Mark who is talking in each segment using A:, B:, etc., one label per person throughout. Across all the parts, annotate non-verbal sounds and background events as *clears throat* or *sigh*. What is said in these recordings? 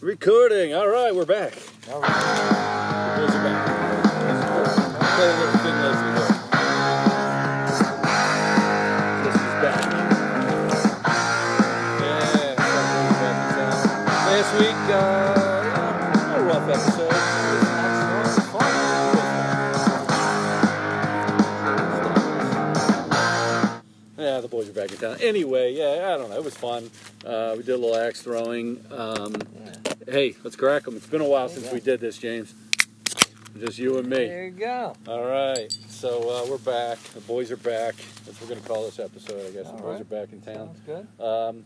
A: Recording. All right, we're back.
B: All right.
A: The Bills are back. I'm playing with Finn Leslie here. This is back. Yeah, something's back in town. Last week, uh, yeah, a rough episode. It's not so fun. Yeah, the boys are back in town. Anyway, yeah, I don't know. It was fun. Uh, we did a little axe throwing. Um, Hey, let's crack them. It's been a while since we did this, James. Just you and me.
B: There you go.
A: All right. So uh, we're back. The boys are back. That's what we're going to call this episode, I guess. the
B: All
A: boys
B: right.
A: are back in town.
B: Sounds good.
A: Um,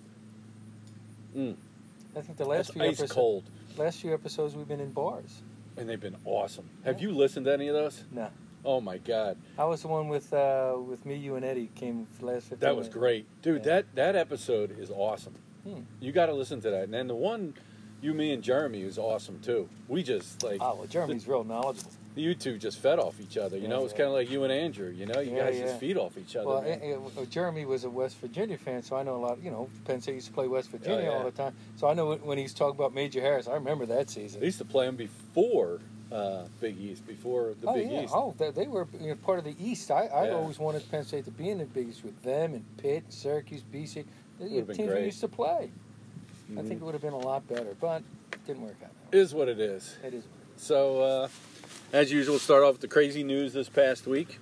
A: mm,
B: I think the
A: it's
B: last few
A: ice
B: episodes,
A: cold,
B: last few episodes we've been in bars.
A: and they've been awesome. Have you listened to any of those?
B: No.
A: Oh my God,
B: I was the one with uh, with me, you, and Eddie came for the last fifteen.
A: that was
B: minutes.
A: great, dude.
B: Yeah.
A: That that episode is awesome.
B: Hmm.
A: You got to listen to that. And then the one, you, me, and Jeremy is awesome too. We just like
B: Oh, well, Jeremy's real
A: *laughs*
B: knowledgeable.
A: you two just fed off each other. You
B: Yeah,
A: know, it's
B: yeah.
A: kind of like you and Andrew. You know, you
B: Yeah,
A: guys
B: yeah.
A: just feed off each other.
B: Well,
A: man.
B: eh, eh, well, Jeremy was a West Virginia fan, so I know a lot. You know, Penn State used to play West Virginia
A: Oh, yeah.
B: all the time, so I know when- when he's talking about Major Harris. I remember that season.
A: They used to play them before uh, Big East, before the
B: oh
A: Big
B: yeah,
A: East.
B: oh they, they were you know, part of the East. I, I
A: Yeah.
B: always wanted Penn State to be in the Big East with them and Pitt, and Syracuse, BC. The
A: Would've been
B: teams we
A: great.
B: used to play. I
A: Mhm.
B: think it would have been a lot better, but it didn't work out.
A: is what it is.
B: It is.
A: So, uh, as usual, start off with the crazy news this past week.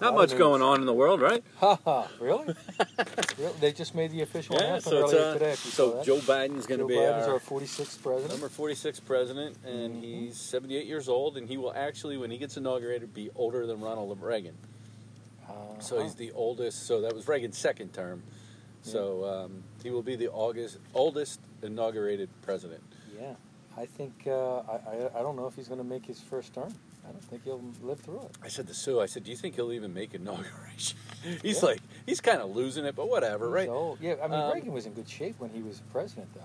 A: Not
B: Lot of
A: much
B: news.
A: going on in the world, right?
B: Haha, *laughs* really? really? They just made the official announcement
A: So, it's,
B: earlier
A: uh,
B: today. if you saw
A: so
B: that.
A: Joe Biden's going to
B: Joe
A: be
B: Biden's
A: our,
B: our 46th president.
A: number 46 president, and
B: Mhm.
A: he's 78 years old, and he will actually, when he gets inaugurated, be older than Ronald Reagan.
B: Uh-huh.
A: So he's the oldest. So that was Reagan's second term. So um, he will be the August oldest inaugurated president.
B: yeah. I think uh, I, I I don't know if he's going to make his first term. I don't think he'll live through it.
A: I said to Sue, I said, "Do you think he'll even make inauguration?" *laughs* he's
B: Yeah.
A: like, he's kind of losing it, but whatever,
B: He's
A: right?
B: old. Yeah, I mean
A: Um,
B: Reagan was in good shape when he was president, though.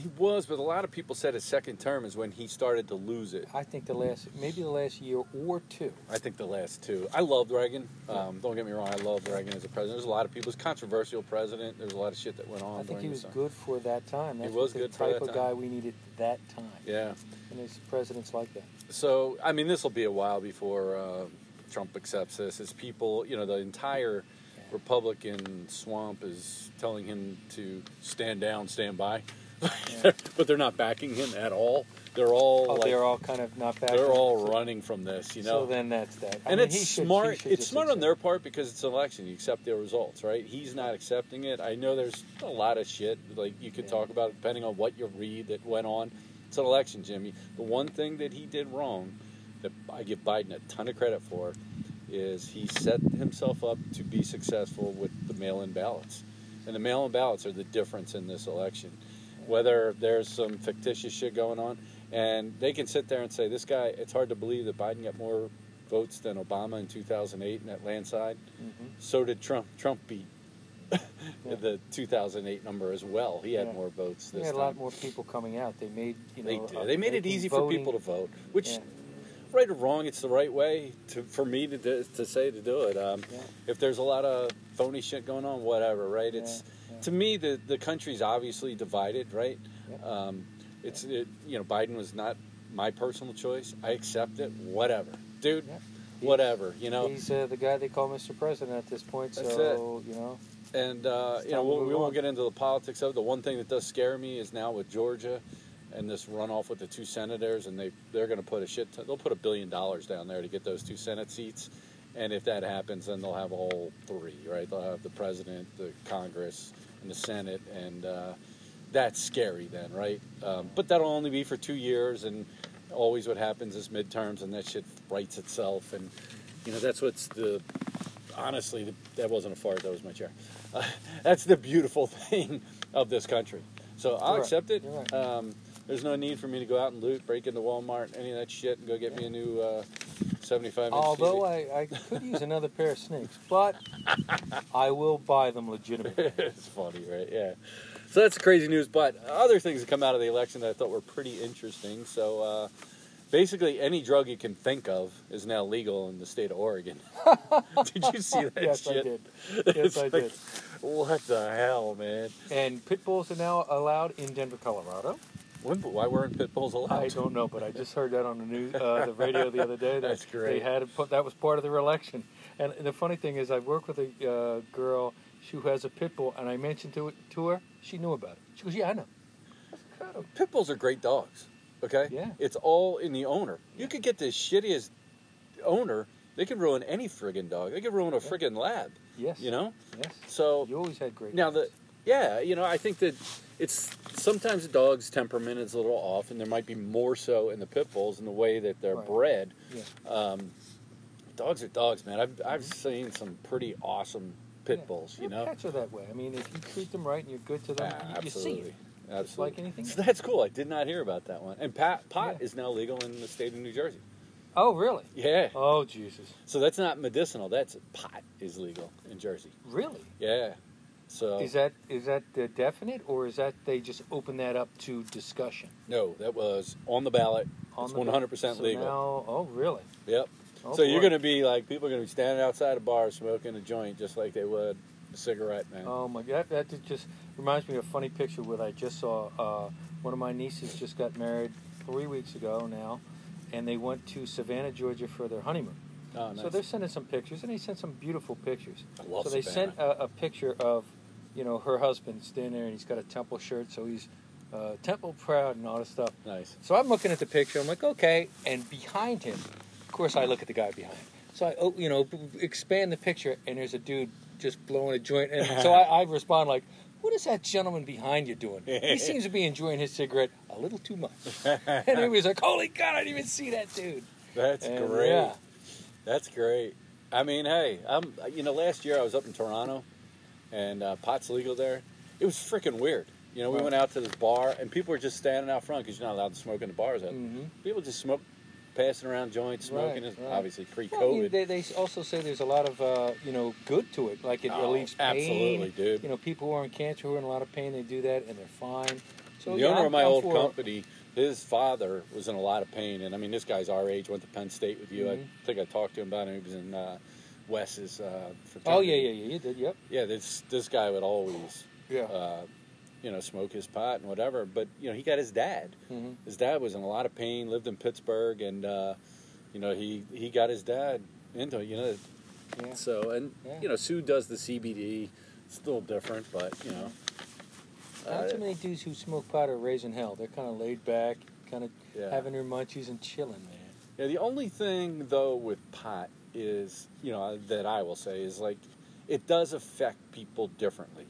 A: He was, but a lot of people said his second term is when he started to lose it.
B: I think the last maybe the last year or two.
A: I think the last two. I loved Reagan. Um, don't get me wrong, I loved Reagan as a president. There's a lot of people. He's a controversial president. There's a lot of shit that went on.
B: I think
A: during
B: he
A: his
B: was
A: time.
B: good for that time.
A: He
B: That's
A: was
B: the
A: good for
B: type
A: that
B: of
A: time.
B: guy we needed that time.
A: Yeah.
B: And there's presidents like that.
A: So I mean, this will be a while before uh, Trump accepts this. His people, you know, the entire Republican swamp is telling him to stand down, stand by.
B: Yeah.
A: *laughs* but they're not backing him at all. They're all
B: Oh,
A: like,
B: they're all kind of not back.
A: they're all
B: So-
A: running from this, you
B: So
A: know.
B: then that's that. I
A: and
B: mean, he
A: it's
B: should- he
A: smart.
B: should
A: it's
B: just
A: smart on
B: accept
A: their
B: it.
A: part because it's an election. You accept their results, right? He's not accepting it. I know there's a lot of shit like you could
B: Yeah.
A: talk about depending on what you read that went on. It's an election, Jimmy. The one thing that he did wrong that I give Biden a ton of credit for is he set himself up to be successful with the mail-in ballots, and the mail-in ballots are the difference in this election. Whether there's some fictitious shit going on, and they can sit there and say this guy. It's hard to believe that Biden got more votes than Obama in 2008 in that landslide.
B: Mhm.
A: So did Trump. Trump beat
B: Yeah.
A: *laughs* the 2008 number as well. He had
B: Yeah.
A: more votes
B: They
A: this
B: had a
A: time.
B: lot more people coming out. They made you know.
A: they
B: uh,
A: did. They made it
B: making
A: easy for
B: voting-
A: people to vote, which,
B: Yeah.
A: right or wrong, it's the right way to, for me to, do, to say to do it. Um,
B: Yeah.
A: If there's a lot of phony shit going on, whatever, right? It's
B: yeah.
A: to me the the country's obviously divided, right?
B: Yep.
A: Um, it's it, you know Biden was not my personal choice. I accept it. Whatever, dude.
B: Yep.
A: Whatever, you know.
B: He's uh, the guy they call Mr. President at this point.
A: That's
B: so you know.
A: And uh,
B: It's
A: you know,
B: time to
A: we'll, we
B: move
A: won't
B: on.
A: get into the politics of it. The one thing that does scare me is now with Georgia and this runoff with the two senators, and they they're going to put a shit. Ton, they'll put a billion dollars down there to get those two Senate seats. And if that happens, then they'll have all three, right? They'll have the president, the Congress, and the Senate, and uh, that's scary, then, right? Um, but that'll only be for two years, and always what happens is midterms, and that shit writes itself. And you know, that's what's the honestly, th- that wasn't a fart. That was my chair. *laughs* Uh, that's the beautiful *laughs* thing of this country. So I'll
B: You're right.
A: accept it.
B: You're right.
A: Um, there's no need for me to go out and loot, break into Walmart, any of that shit, and go get me a new uh, 75 inch.
B: Although
A: TV.
B: I, I could use another pair of snakes,
A: *laughs*
B: but I will buy them legitimately.
A: it's funny, right? Yeah. So that's the crazy news. But other things that come out of the election that I thought were pretty interesting. So uh, basically, any drug you can think of is now legal in the state of Oregon. *laughs* did you
B: *laughs*
A: see that
B: yes,
A: shit?
B: I did. Yes,
A: *laughs* It's
B: I
A: like-
B: did.
A: What the hell, man?
B: And pit bulls are now allowed in Denver, Colorado.
A: When, why weren't pit bulls allowed?
B: I don't know, but I just heard that on the news, uh, the radio the other
A: *laughs*
B: day. That
A: That's great.
B: They had it put, that was part of their election. And the funny thing is, I work with a uh, girl who has a pit bull, and I mentioned to it, to her, she knew about it. She goes, "Yeah, I know." I said, "God,
A: Pit bulls are great dogs. Okay.
B: Yeah.
A: It's all in the owner. You could get the shittiest owner. They could ruin any friggin' dog. They could ruin a
B: Yeah.
A: friggin' lab.
B: Yes.
A: You know.
B: Yes.
A: So
B: You always had great.
A: now
B: dogs.
A: the yeah, you know, I think that it's sometimes a dog's temperament is a little off, and there might be more so in the pit bulls in the way that they're
B: Right.
A: bred.
B: Yeah. Mm-hmm.
A: Um, dogs are dogs, man. I've I've seen some pretty awesome pit
B: Yeah.
A: bulls. You
B: Yeah,
A: know.
B: Cats are that way. I mean, if you treat them right and you're good to them,
A: Ah,
B: you, you see it. Just like
A: *laughs*
B: anything
A: So
B: else.
A: that's cool. I did not hear about that one. And pot, pot
B: Yeah.
A: is now legal in the state of New Jersey.
B: Oh, really?
A: Yeah.
B: Oh, Jesus.
A: So that's not medicinal. That's pot is legal in Jersey.
B: Really?
A: Yeah. So
B: Is that is that uh, definite, or is that they just open that up to discussion?
A: no, that was on the ballot.
B: on
A: it's
B: the bill?
A: 100%
B: So
A: legal.
B: now- oh, really?
A: Yep.
B: Oh,
A: so you're
B: boy.
A: going to be like people are going to be standing outside a bar smoking a joint just like they would a cigarette, man.
B: Oh my God, that that just reminds me of a funny picture where I just saw. Uh, one of my nieces just got married three weeks ago now, and they went to Savannah, Georgia, for their honeymoon.
A: Oh, nice.
B: So they're sending some pictures, and they sent some beautiful pictures.
A: I love
B: so they
A: Savannah.
B: sent a, a picture of, you know, her husband standing there, and he's got a Temple shirt, so he's uh, Temple proud and all this stuff.
A: nice.
B: So I'm looking at the picture. I'm like, okay. And behind him, of course, I look at the guy behind. So I, oh, you know, b- b- expand the picture, and there's a dude just blowing a joint. And so I, I respond like, "What is that gentleman behind you doing?
A: *laughs*
B: He seems to be enjoying his cigarate a little too much." *laughs* and he was like, "Holy God, I didn't even see that dude."
A: That's
B: And,
A: great.
B: Yeah.
A: That's great. I mean, hey, I'm you know last year I was up in Toronto, and uh, pot's legal there. It was freaking weird. You know, we
B: Right.
A: went out to this bar and people were just standing out front because you're not allowed to smoke in the bars. out-
B: Mm-hmm.
A: People just smoke, passing around joints, smoking.
B: Right,
A: It's
B: right.
A: Obviously pre-COVID.
B: Well, I mean, they, they also say there's a lot of uh, you know good to it, like it
A: Oh,
B: relieves pain.
A: absolutely, dude.
B: You know, people who are in cancer who are in a lot of pain, they do that and they're fine. So
A: the
B: yeah,
A: owner
B: I'm-
A: of my
B: I'm
A: old
B: for-
A: company, his father was in a lot of pain, and I mean, this guy's our age. Went to Penn State with you.
B: Mhm.
A: I think I talked to him about it. He was in uh, Wes's uh, fraternity.
B: Oh yeah, yeah, yeah. You did, yep.
A: Yeah, this this guy would always,
B: Yeah.
A: uh, you know, smoke his pot and whatever. But you know, he got his dad.
B: hmm
A: His dad was in a lot of pain. Lived in Pittsburgh, and uh, you know, he he got his dad into it. You know,
B: Yeah.
A: so and
B: Yeah.
A: you know, Sue does the CBD. It's a little different, but you know,
B: Not
A: uh,
B: too many dudes who smoke pot are raising hell. They're kind of laid back, kind of
A: yeah.
B: having their munchies and chilling, man.
A: Yeah, the only thing though with pot is, you know, that I will say is like it does affect people differently.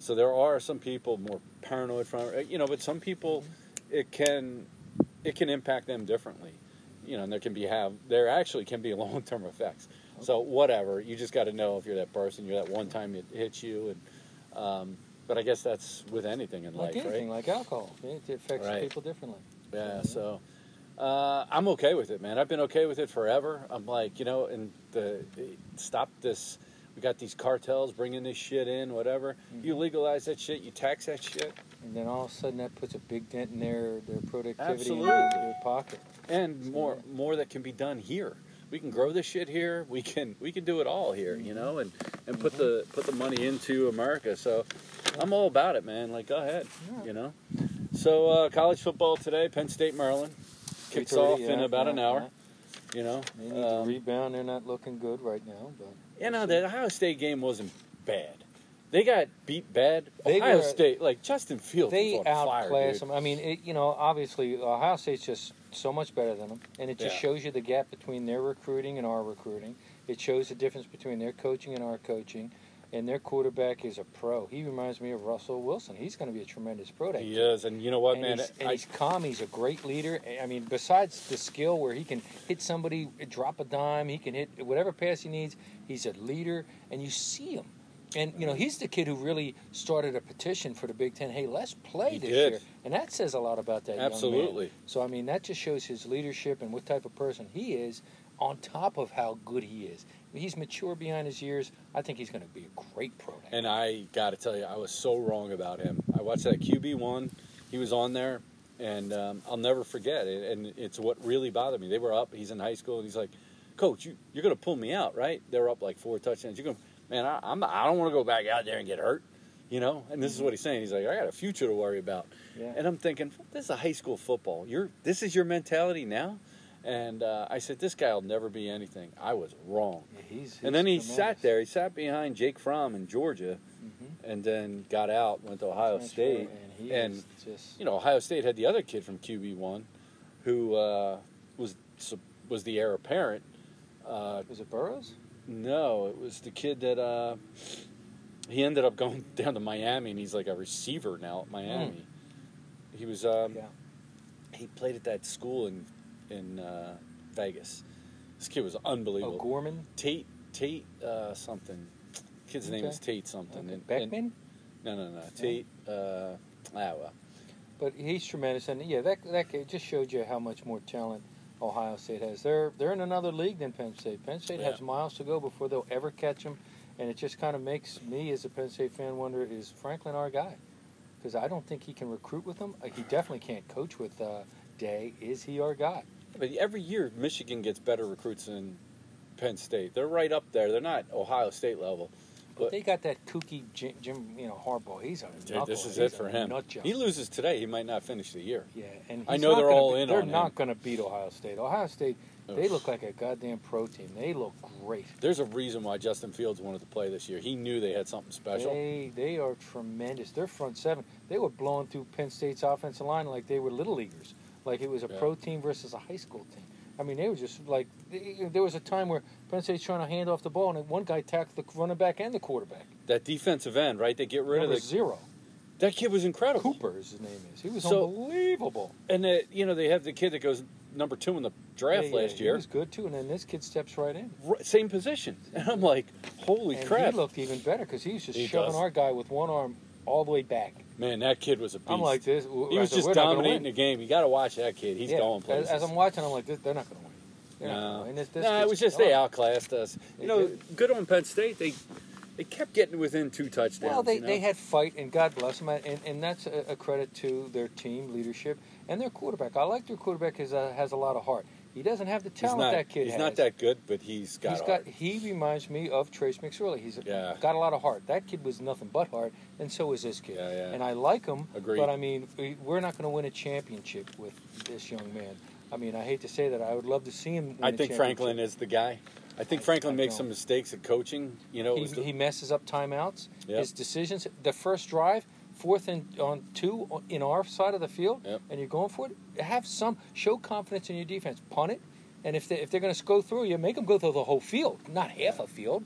A: So there are some people more paranoid from, uh, you know, but some people it can it can impact them differently. You know, and there can be have there actually can be *laughs* long term effects. So whatever, you just got to know if you're that person. You're that one time it hits you, and um, but I guess that's with anything in
B: Like
A: life, right?
B: anything, like alcohol, it affects
A: Right.
B: people differently.
A: Yeah, so uh, I'm okay with it, man. I've been okay with it forever. I'm like, you know, and the stop this. We got these cartels bringing this shit in, whatever. You
B: Mm-hmm.
A: legalize that shit, you tax that shit,
B: And then all of a sudden, that puts a big dent in their their productivity and
A: Absolutely.
B: their, their pocket.
A: and more more that can be done here. We can grow this shit here. We can we can do it all here, you know, and and put the
B: Mm-hmm.
A: put the money into America. So I'm all about it, man. Like, go ahead,
B: Yeah.
A: you know. So uh, college football today, Penn State, Maryland kicks
B: 3:30,
A: off in
B: yeah,
A: about an
B: yeah,
A: hour. You know,
B: yeah. They need
A: Um,
B: to rebound. They're not looking good right now, but
A: You know, the Ohio State game wasn't bad. They got beat bad.
B: They
A: Ohio
B: were-
A: State, like Justin Fields,
B: they
A: was on fire,
B: outclass
A: dude.
B: them. I mean, it, you know, obviously Ohio State's just so much better than them, and it just
A: Yeah.
B: shows you the gap between their recruiting and our recruiting. It shows the difference between their coaching and our coaching, and their quarterback is a pro. He reminds me of Russell Wilson. He's going to be a tremendous pro. that
A: He
B: kid.
A: is, and you know what,
B: And,
A: man?
B: he's, and
A: I-
B: he's calm. He's a great leader. I mean, besides the skill where he can hit somebody, drop a dime, he can hit whatever pass he needs. He's a leader, and you see him. And you know, he's the kid who really started a petition for the Big Ten. Hey, let's play
A: He
B: this
A: did.
B: year, and that says a lot about that. young man.
A: Absolutely.
B: So I mean, that just shows his leadership and what type of person he is. On top of how good he is, he's mature behind his years. I think he's going to be a great pro. that
A: and I got to tell you, I was so wrong about him. I watched that QB one. He was on there, and um, I'll never forget it. And it's what really bothered me. They were up. He's in high school, and he's like, "Coach, you, you're going to pull me out, right?" They're up like four touchdowns. You're going, to man. I, I'm. I don't want to go back out there and get hurt. You know, and
B: Mm-hmm.
A: this is what he's saying. He's like, I got a future to worry about.
B: Yeah.
A: And I'm thinking, this is a high school football. You're this is your mentality now. And uh, I said, this guy will never be anything. I was wrong.
B: Yeah, he's, he's
A: and then he
B: tremendous.
A: sat there. He sat behind Jake Fromm in Georgia,
B: Mhm.
A: and then got out, went to Ohio
B: That's
A: State,
B: right, and he
A: and
B: is just
A: you know, Ohio State had the other kid from QB one, who uh, was was the heir apparent. Uh,
B: was it Burrows?
A: no, it was the kid that uh, he ended up *laughs* going down to Miami, and he's like a receiver now at Miami.
B: Hmm.
A: He was um,
B: yeah,
A: he played at that school in in uh, Vegas. This kid was
B: Oh,
A: unbelievable.
B: O'Gorman,
A: Tate Tate uh, something. Kid's name
B: Okay.
A: is Tate something.
B: okay.
A: And-
B: Beckman.
A: and- no, no, no. Tate. Uh, ah, well.
B: But he's tremendous, and yeah, that that kid just showed you how much more talent Ohio State has. They're they're in another league than Penn State. Penn State
A: Yeah.
B: has miles to go before they'll ever catch them, and it just kind of makes me as a Penn State fan wonder: Is Franklin our guy? Because I don't think he can recruit with them. Uh, He definitely can't coach with uh, Day. Is he our guy?
A: But every year, Michigan gets better recruits than Penn State. They're right up there. They're not Ohio State level.
B: But
A: But-
B: they got that kooky Jim, Jim you know, Harbaugh. He's a
A: Dude,
B: knucklehead.
A: this is it
B: He's
A: for
B: a
A: him.
B: Nut job.
A: He loses today, he might not finish the year.
B: Yeah, and
A: I
B: he's
A: know
B: not
A: they're
B: gonna
A: all
B: be-
A: in
B: They're
A: on him.
B: not going to beat Ohio State. Ohio State, they
A: Oof.
B: look like a goddamn pro team. They look great.
A: There's a reason why Justin Fields wanted to play this year. He knew they had something special.
B: They they are tremendous. Their front seven, they were blowing through Penn State's offensive line like they were little leaguers, like it was a
A: Yeah.
B: pro team versus a high school team. I mean, they were just like they- there was a time where Penn State's trying to hand off the ball, and one guy tackled the running back and the quarterback.
A: that defensive end, right? They get rid
B: Number
A: of the,
B: zero,
A: that kid was incredible.
B: Cooper is his name is. He was
A: So-
B: unbelievable.
A: And uh, you know they have the kid that goes number two in the draft
B: Yeah, yeah,
A: last
B: he
A: year,
B: was good too, and then this kid steps right in.
A: R- same position. *laughs* And I'm like, holy
B: and
A: crap,
B: he looked even better because he was just
A: He
B: shoving
A: does.
B: our guy with one arm all the way back.
A: man, that kid was a beast.
B: I'm like this.
A: he
B: I
A: was
B: said,
A: just
B: "We're not gonna
A: dominating
B: win."
A: the game. You got to watch that kid. He's
B: Yeah,
A: going places.
B: As, as I'm watching, I'm like, this, they're not going to win. They're not gonna
A: No,
B: win. This- this
A: no it
B: kid's
A: was just
B: killing
A: they
B: them.
A: outclassed us.
B: They
A: You know,
B: did.
A: good on Penn State. They they kept getting within two touchdowns.
B: Well, they,
A: you know?
B: they had fight, and God bless them, and, and that's a, a credit to their team leadership and their quarterback. I like their quarterback because uh, has a lot of heart. He doesn't have the
A: he's
B: talent
A: not,
B: that kid
A: He's
B: has.
A: not that good, but he's got.
B: He's
A: heart.
B: got. He reminds me of Trace McSorley. He's
A: Yeah.
B: got a lot of heart. That kid was nothing but heart, and so is this kid.
A: Yeah, yeah.
B: And I like him.
A: Agreed.
B: But I mean, we- we're not going to win a championship with this young man. I mean, I hate to say that. I would love to see him. Win
A: I
B: a
A: think
B: championship.
A: Franklin is the guy. I think
B: I-
A: Franklin
B: I
A: makes
B: don't.
A: some mistakes at coaching. You know, it
B: he,
A: was the-
B: he messes up timeouts.
A: Yep.
B: His decisions. The first drive, fourth and on two in our side of the field,
A: Yep.
B: and you're going for it. Have some show confidence in your defense. Punt it, and if they, if they're going to go through you, make them go through the whole field, not half a field.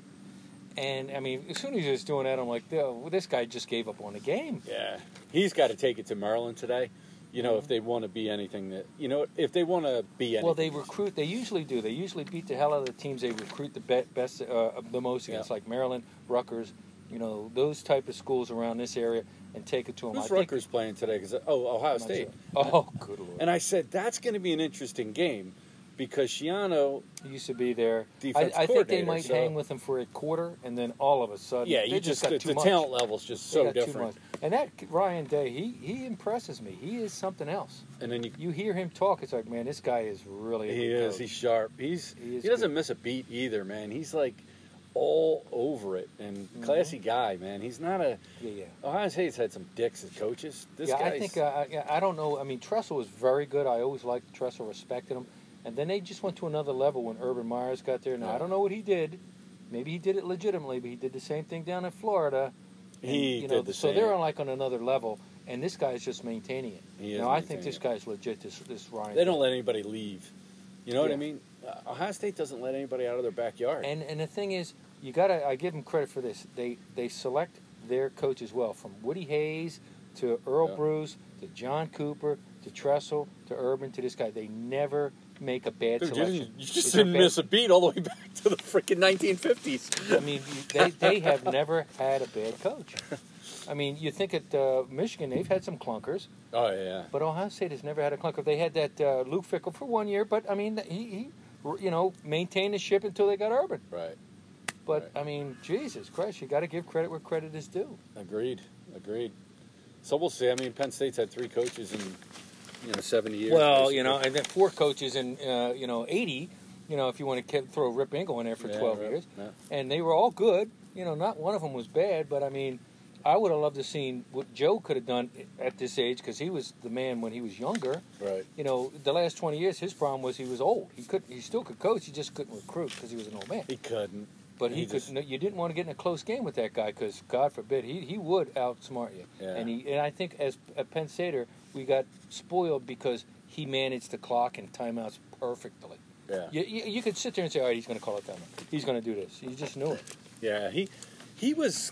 B: And I mean, as soon as he was doing that, I'm like, "Duh, this guy just gave up on the game.
A: yeah, he's got to take it to Maryland today. You know, if they want to be anything that you know, if they want to be anything.
B: Well, they recruit. They usually do. They usually beat the hell out of the teams they recruit the be- best, uh, the most against,
A: Yeah.
B: like Maryland, Rutgers, you know, those type of schools around this area, and take it to them.
A: who's
B: I think-
A: Rutgers playing today? 'Cause- oh, Ohio
B: I'm not
A: *laughs* State.
B: sure. Oh, good lord!
A: And I said that's going to be an interesting game because Shiano
B: He used to be there. I,
A: Defense
B: I think they
A: coordinator,
B: might
A: so-
B: hang with him for a quarter, and then all of a sudden,
A: Yeah,
B: they
A: you just,
B: got
A: the,
B: too
A: the
B: much.
A: talent level's just
B: They
A: so
B: got too
A: different.
B: much. And that Ryan Day, he he impresses me. He is something else.
A: And then you,
B: You hear him talk, it's like, man, this guy is really. a
A: he
B: good
A: is
B: coach.
A: he's sharp. He's
B: He
A: he,
B: is
A: doesn't
B: good.
A: miss a beat either, man. He's like all over it and
B: Mm-hmm.
A: classy guy, man. He's not a
B: yeah, yeah.
A: Ohio State's had some dicks as coaches. This
B: yeah,
A: guy's
B: I think uh, I, yeah, I don't know. I mean, Tressel was very good. I always liked Tressel, respected him, and then they just went to another level when Urban Myers got there. Now I
A: Yeah.
B: don't know what he did. Maybe he did it legitimately, but he did the same thing down in Florida. And,
A: He
B: you know,
A: did the
B: so
A: same.
B: they're on like on another level, and this guy's just maintaining it.
A: He is
B: now I
A: maintaining
B: think this
A: it.
B: guy's legit. This this Ryan.
A: they don't let anybody leave. You know what
B: Yeah.
A: I mean? Uh, Ohio State doesn't let anybody out of their backyard.
B: And and the thing is, you gotta I give them credit for this. They they select their coaches well, from Woody Hayes to Earl
A: Yeah.
B: Bruce to John Cooper to Tressel to Urban to this guy. They never make a bad
A: Dude, you,
B: selection.
A: didn't- you just
B: Is there
A: didn't
B: bad-
A: miss a beat all the way *laughs* back to the freaking 1950s.
B: I mean, they, they have never had a bad coach. I mean, you think at uh, Michigan they've had some clunkers,
A: Oh yeah,
B: but Ohio State has never had a clunker. They had that uh, Luke Fickle for one year, but I mean, he, he you know maintained the ship until they got Urban.
A: right.
B: But
A: Right.
B: I mean, Jesus Christ, you got to give credit where credit is due.
A: Agreed. Agreed. So we'll see. I mean, Penn State's had three coaches in you know seventy years.
B: Well, you know,
A: basically.
B: and then four coaches in uh, you know eighty, you know, if you want to ke- throw Rip Engel in there for
A: Yeah,
B: twelve
A: right,
B: years,
A: yeah.
B: and they were all good. You know, not one of them was bad, but I mean, I would have loved to have seen what Joe could have done at this age because he was the man when he was younger.
A: Right.
B: You know, the last twenty years, his problem was he was old. He could, he still could coach. He just couldn't recruit because he was an old man.
A: He couldn't.
B: But
A: He
B: he, could.
A: just-
B: no, you didn't want to get in a close game with that guy because, God forbid, he, he would outsmart you.
A: Yeah.
B: And he and I think as a Penn Stater, we got spoiled because he managed the clock and timeouts perfectly.
A: Yeah.
B: You, you, you could sit there and say, all right, he's going to call a timeout. He's going to do this. You just knew it.
A: Yeah, he he was.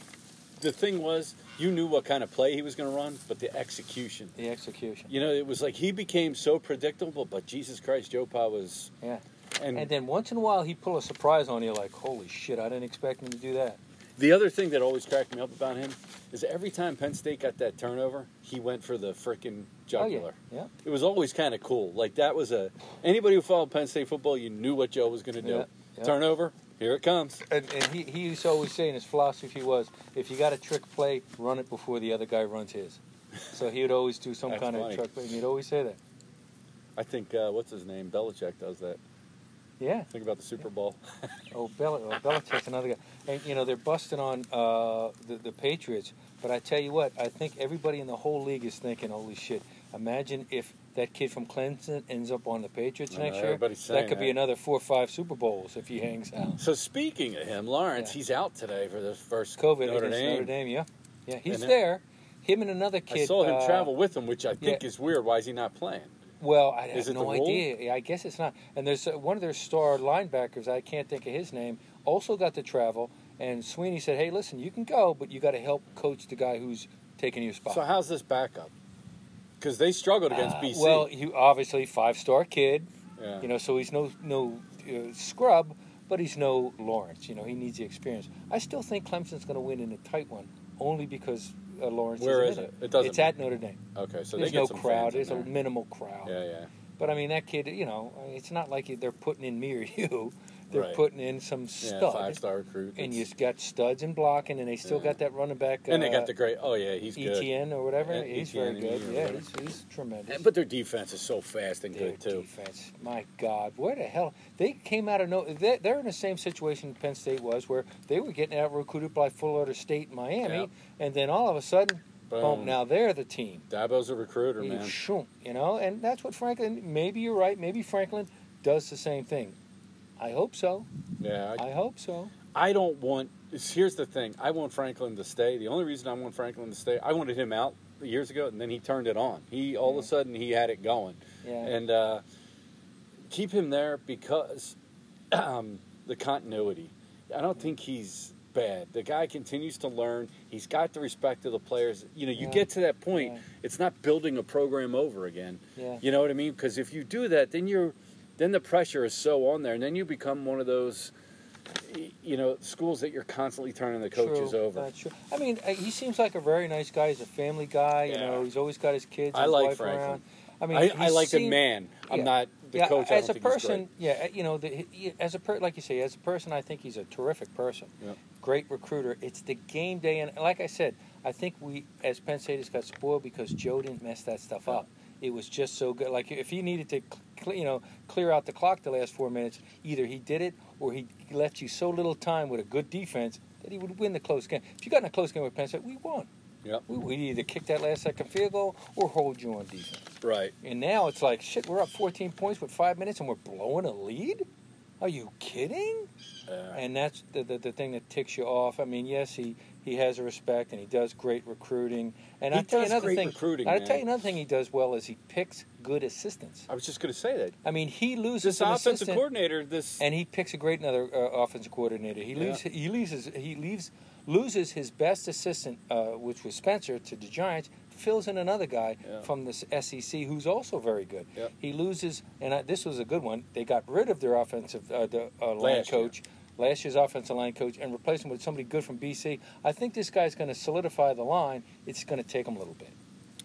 A: The thing was, you knew what kind of play he was going to run, but the execution.
B: The execution.
A: You know, it was like he became so predictable. But Jesus Christ, Joe Pa was,
B: Yeah.
A: and,
B: And then once in a while, he'd pull a surprise on you, like, holy shit, I didn't expect him to do that.
A: the other thing that always cracked me up about him is every time Penn State got that turnover, he went for the freaking jugular.
B: Oh, yeah. yeah.
A: It was always kind of cool. Like that was a anybody who followed Penn State football, you knew what Joe was going to do.
B: Yeah, yeah.
A: Turnover, here it comes.
B: And, and he, he used to always say in his philosophy was, if you got a trick play, run it before the other guy runs his. So he would always do some
A: That's
B: kind
A: funny.
B: of trick play, and he'd always say that.
A: I think uh, what's his name, Belichick does that.
B: Yeah.
A: Think about the Super Bowl.
B: Oh, Bel- oh Belichick's another guy. And, you know, they're busting on uh, the, the Patriots. But I tell you what, I think everybody in the whole league is thinking, holy shit, imagine if that kid from Clemson ends up on the Patriots
A: I know,
B: next year.
A: everybody's saying
B: That could be
A: that.
B: another four or five Super Bowls if he hangs out.
A: So speaking of him, Lawrence,
B: Yeah.
A: he's out today for the first
B: COVID
A: Notre
B: against
A: Dame.
B: Notre Dame, yeah. Yeah, he's
A: And that-
B: there. Him and another kid.
A: I saw him
B: uh,
A: travel with him, which I think
B: yeah.
A: is weird. Why is he not playing?
B: Well, I
A: Is
B: have
A: it the
B: no
A: rule?
B: idea. Yeah, I guess it's not. And there's uh, one of their star linebackers. I can't think of his name. Also got to travel. And Sweeney said, "Hey, listen, you can go, but you got to help coach the guy who's taking your spot."
A: So how's this backup? Because they struggled against
B: Uh,
A: BC.
B: Well, he obviously five-star kid.
A: yeah.
B: You know, so he's no no uh, scrub, but he's no Lawrence. You know, he needs the experience. I still think Clemson's going to win in a tight one, only because uh, Lawrence.
A: Where
B: isn't
A: is
B: in
A: it? It doesn't
B: It's at Notre Dame.
A: okay, so
B: there's
A: they get
B: no
A: some
B: crowd.
A: Fans
B: There's
A: in
B: a minimal crowd.
A: there. yeah, yeah.
B: But I mean, that kid, you know, it's not like they're putting in me or *laughs* you. They're
A: Right.
B: putting in some
A: Yeah,
B: stud.
A: five star recruit.
B: and you
A: It's-
B: got studs and blocking, and they still
A: Yeah.
B: got that running back.
A: and they
B: uh,
A: got the great. Oh yeah, he's good. E
B: ETN or whatever.
A: Yeah,
B: he's
A: ETN,
B: very good.
A: or
B: Yeah,
A: whatever.
B: he's, he's tremendous.
A: But their defense is so fast and
B: Their
A: good too.
B: defense, my God, where the hell they came out of no? They're, they're in the same situation Penn State was, where they were getting out recruited by Florida State, and Miami, and then all of a sudden, boom.
A: Boom.
B: now they're the team.
A: Dabo's a recruiter,
B: You
A: man.
B: shoom, you know, and that's what Franklin. Maybe you're right. Maybe Franklin does the same thing. I hope so.
A: Yeah, I,
B: I hope so.
A: I don't want. it's- Here's the thing. I want Franklin to stay. The only reason I want Franklin to stay, I wanted him out years ago, and then he turned it on. He all of a
B: Yeah.
A: sudden he had it going,
B: Yeah.
A: and uh, keep him there because *clears throat* um, the continuity. I don't think he's bad. The guy continues to learn. He's got the respect of the players. You know, you
B: Yeah.
A: get to that point,
B: Yeah.
A: it's not building a program over again.
B: yeah.
A: You know what I mean? Because if you do that, then you're, then the pressure is so on there, and then you become one of those, y- you know, schools that you're constantly turning the coaches
B: True,
A: over.
B: that's true. I mean, uh, he seems like a very nice guy. He's a family guy. You
A: Yeah.
B: know, he's always got his kids.
A: I
B: his
A: like
B: wife
A: Franklin.
B: around. I mean,
A: I,
B: he
A: I like the
B: seemed-
A: man. I'm
B: yeah.
A: not the
B: yeah,
A: coach. I
B: as
A: don't
B: a
A: think he's
B: person, yeah, uh, you know, the, he, as a per, like you say, as a person, I think he's a terrific person.
A: Yep.
B: Great recruiter. It's the game day, and like I said, I think we as Penn Staters got spoiled because Joe didn't mess that stuff up. It was just so good. Like if he needed to, cle you know, clear out the clock the last four minutes, either he did it or he left you so little time with a good defense that he would win the close game. If you got in a close game with Penn State, we won.
A: Yep.
B: We, we either kick that last second field goal or hold you on defense.
A: great. Right.
B: And now it's like, shit, we're up 14 points with five minutes and we're blowing a lead? Are you kidding?
A: Uh,
B: And that's the, the, the thing that ticks you off. I mean, yes, he, he has a respect and he does great recruiting. And
A: He
B: I'll tell you
A: does
B: another
A: great
B: thing.
A: recruiting,
B: I'll
A: man.
B: tell you another thing he does well is he picks good assistants.
A: I was just going to say that
B: I mean, he loses
A: this
B: an
A: offensive
B: assistant
A: coordinator, this
B: and he picks a great another uh, offensive coordinator. He
A: Yeah.
B: leaves. He leaves. His, he leaves. Loses his best assistant, uh, which was Spencer, to the Giants. Fills in another guy
A: Yeah.
B: from the SEC who's also very good.
A: Yep.
B: He loses, and I, this was a good one. They got rid of their offensive uh, the, uh, line
A: Last year.
B: coach. Last year's offensive line coach and replaced him with somebody good from BC. I think this guy's going to solidify the line. It's going to take him a little bit.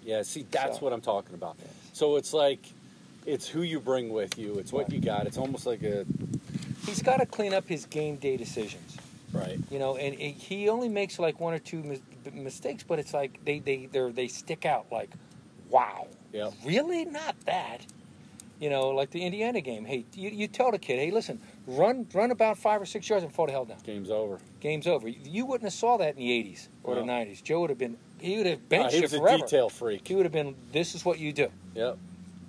A: Yeah, see, that's
B: So-
A: what I'm talking about.
B: Yes.
A: So it's like, it's who you bring with you. It's what
B: Right.
A: you got. It's almost like a
B: He's got to clean up his game day decisions.
A: right.
B: you know and it, he only makes like one or two mis- b- mistakes but it's like they they they're, they stick out like wow
A: Yep.
B: really not that You know, like the Indiana game. Hey, you, you tell the kid, hey, listen, run run about five or six yards and fall to hell down.
A: Game's over.
B: Game's over. You, you wouldn't have saw that in the '80s or
A: No.
B: the '90s. Joe would have been he would have
A: Uh,
B: benched
A: he
B: you
A: was a
B: forever.
A: detail freak.
B: He would have been. This is what you do.
A: Yep.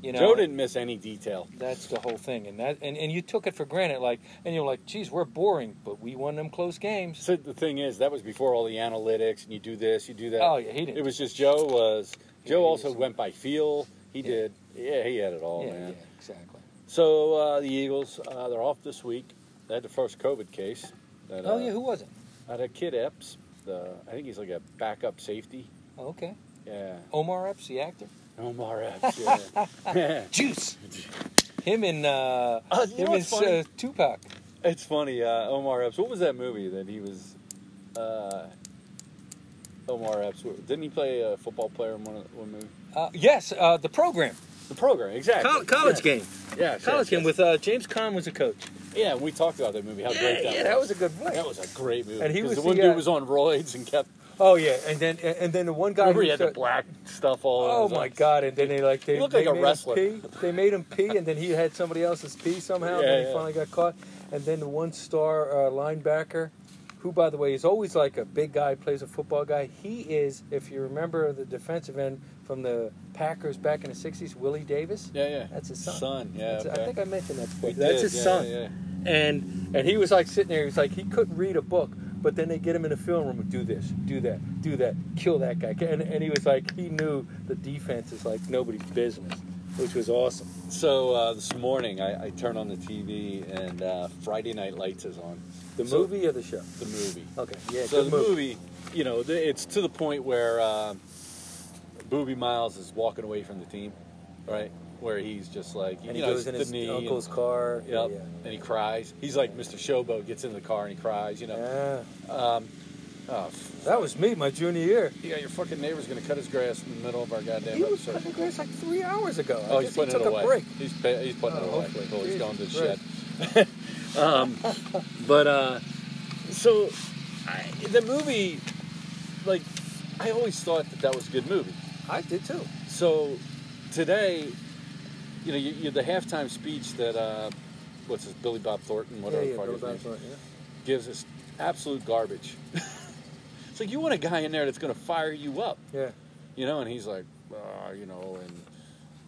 B: You know,
A: Joe didn't miss any detail.
B: that's the whole thing, and that and, and you took it for granted, like, and you're like, geez, we're boring, but we won them close games.
A: So the thing is, that was before all the analytics and you do this, you do that.
B: Oh yeah, he didn't.
A: It was just Joe was. Joe
B: he
A: also
B: was-
A: went by feel. He
B: Yeah.
A: did. Yeah, he had it all,
B: yeah,
A: Oh, man.
B: yeah, exactly.
A: So uh, the Eagles, uh, they're off this week. They had the first COVID case. That, uh,
B: oh yeah, who was it?
A: Uh, that kid Epps. The I think he's like a backup safety.
B: Oh, okay,
A: Yeah.
B: Omar Epps, the actor.
A: Omar
B: *laughs*
A: Epps.
B: Uh,
A: Yeah. *laughs*
B: Juice. Him and uh,
A: Uh, you
B: him
A: know
B: and
A: what's funny?
B: uh, Tupac.
A: it's funny. Uh, Omar Epps. What was that movie that he was? Uh, Omar Epps. Didn't he play a football player in one, of, one movie?
B: Uh, yes, uh, the program,
A: The program. Exactly.
B: Col- college
A: yeah.
B: game,
A: game. Yeah.
B: college game with uh, James Conn was a coach.
A: Yeah, we talked about that movie. How great that was.
B: a good play.
A: That was a great movie.
B: And he
A: 'cause
B: was
A: the one
B: the,
A: dude
B: uh,
A: was on roids and
B: *laughs*
A: kept.
B: oh yeah, and then and, and then the one guy.
A: Remember, he
B: who
A: had the
B: said-
A: black stuff all.
B: Oh
A: over his
B: my
A: arms?
B: God! And then they like they,
A: He looked
B: they
A: like a
B: made
A: wrestler.
B: him pee. They made him pee, and then he had somebody else's pee somehow. and
A: Yeah,
B: then he
A: yeah.
B: finally got caught. And then the one-star uh, linebacker, who by the way is always like a big guy, plays a football guy. He is, if you remember, the defensive end from the Packers back in the '60s, Willie Davis.
A: Yeah, yeah.
B: That's his son.
A: yeah.
B: That's-
A: okay.
B: I think I mentioned that before.
A: We
B: That's
A: did,
B: his
A: yeah,
B: son.
A: yeah, yeah.
B: And and he was like sitting there. He was like he couldn't read a book. But then they get him in the film room. Do this, do that, do that. Kill that guy. And, and he was like he knew the defense is like nobody's business, which was awesome.
A: So uh, this morning, I, I turned on the TV and uh, Friday Night Lights is on
B: The
A: So-
B: movie or the show?
A: the movie.
B: Okay, yeah.
A: so
B: good
A: the movie, you know, th- it's to the point where uh, Booby Miles is walking away from the team, right? Where he's just like,
B: And
A: you
B: he
A: know, it's
B: goes in
A: the
B: his
A: knee and-
B: uncle's car.
A: Yep.
B: Yeah.
A: And he cries. He's like Mr. Showboat gets in the car and he cries, you know.
B: Yeah.
A: Oh, f-
B: That was me my junior year.
A: yeah, your fucking neighbor's gonna cut his grass in the middle of our goddamn
B: He was
A: episode.
B: cutting grass like three hours ago. I
A: Oh, he's
B: guess he
A: putting
B: took
A: it away.
B: a break.
A: He's pa- he's putting
B: Oh,
A: it away.
B: hopefully.
A: Well, he's gone to the
B: Jesus
A: shed.
B: *laughs*
A: um, but uh, so I, the movie, like, I always thought that that was a good movie.
B: I did too.
A: So today, you know, you, you, the halftime speech that uh, what's his Billy Bob Thornton, whatever
B: yeah, yeah,
A: the fuck
B: Bill
A: his name is,
B: Bosworth, yeah.
A: gives us absolute garbage. *laughs* it's like you want a guy in there that's going to fire you up
B: Yeah.
A: you know, and he's like, uh, you know, and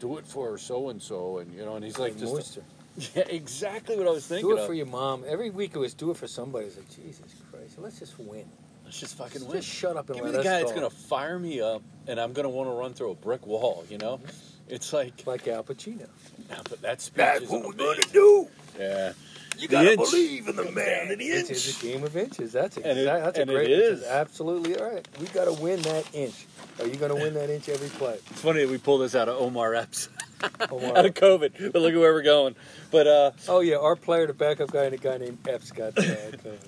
A: do it for so and so, and you know, and he's like, just
B: moisture.
A: *laughs* yeah, exactly what I was thinking.
B: Do it
A: of.
B: for your mom. Every week it was do it for somebody. It's like Jesus Christ. Let's just win.
A: Let's just fucking
B: Just
A: win.
B: shut up and
A: Give
B: let
A: me the
B: us
A: guy that's
B: go.
A: gonna fire me up, and I'm gonna want to run through a brick wall. You know,
B: Mm-hmm.
A: it's like, *laughs*
B: Like Al Pacino.
A: nah, but that speech is amazing.
B: do.
A: Yeah,
B: You
A: The gotta inch. believe
B: in the man in the inch. It's a game of inches. That's it.
A: And it-
B: that's a
A: and it
B: great.
A: is.
B: that's Absolutely all right. We gotta win that inch. Are you gonna win that inch every
A: *laughs*
B: play?
A: it's funny that we pull this out of Omar Epps, *laughs* out
B: Omar.
A: of COVID, but look at where we're going. But uh,
B: Oh yeah, our player, the backup guy, and a guy named Epps got
A: *laughs*
B: the bad cover. Omar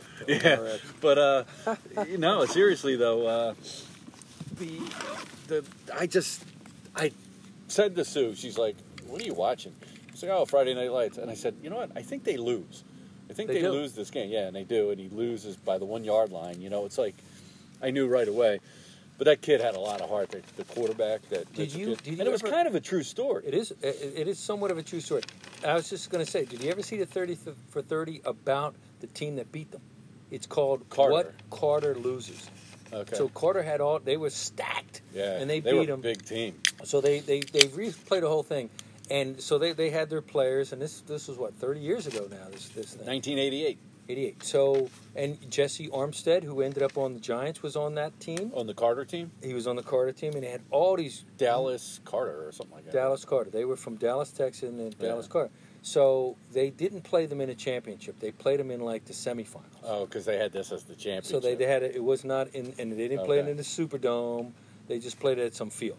A: yeah,
B: Epps.
A: but uh, *laughs* you know, seriously though, uh, the the I just I said to Sue, she's like, "What are you watching?" She's like, "Oh, Friday Night Lights," and I said, "You know what? I think they lose. I think
B: They
A: they,
B: do.
A: lose this game. Yeah, and they do, and he loses by the one yard line. You know, it's like I knew right away." But that kid had a lot of heart. The, the quarterback that
B: Did
A: that
B: you-
A: kid-
B: did
A: and
B: you
A: it was
B: ever-
A: kind of a true story.
B: It is. It, it is somewhat of a true story. I was just going to say, did you ever see the thirty th- for thirty about the team that beat them? It's called
A: Carter.
B: What Carter Loses.
A: okay,
B: So Carter had all. They were stacked.
A: yeah,
B: And they,
A: they
B: beat
A: were a
B: them.
A: Big team.
B: So they they they replayed the whole thing, and so they, they had their players, and this this was what thirty years ago now. This this thing.
A: 1988
B: eighty eight. So and Jesse Armstead, who ended up on the Giants, was on that team.
A: on the Carter team,
B: He was on the Carter team, and they had all these
A: Dallas Carter or something like that.
B: Dallas Carter. They were from Dallas, Texas, and then
A: Yeah.
B: Dallas Carter. So they didn't play them in a championship. They played them in like the semifinals.
A: Oh, because they had this as the championship.
B: so they, they had it. It was not in, and they didn't play it
A: Okay.
B: in the Superdome. They just played it at some field.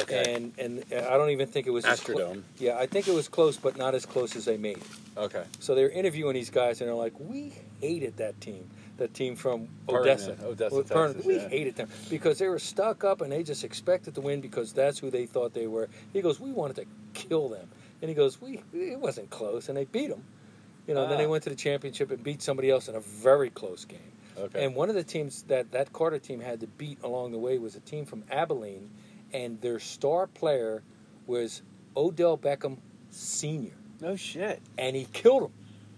A: okay.
B: And and uh, I don't even think it was as clo-
A: Astrodome.
B: yeah, I think it was close, but not as close as they made. it.
A: okay.
B: So they're interviewing these guys, and they're like, "We hated that team, that team from
A: Perna,
B: Odessa,
A: Odessa,
B: Well, Perna,
A: Texas,
B: We
A: yeah.
B: hated them because they were stuck up, and they just expected to win because that's who they thought they were." He goes, "We wanted to kill them," and he goes, "We it wasn't close, and they beat them." You know, then they
A: Ah.
B: went to the championship and beat somebody else in a very close game.
A: Okay.
B: And one of the teams that that Carter team had to beat along the way was a team from Abilene, and their star player was Odell Beckham Sr.,
A: No shit.
B: and he killed him.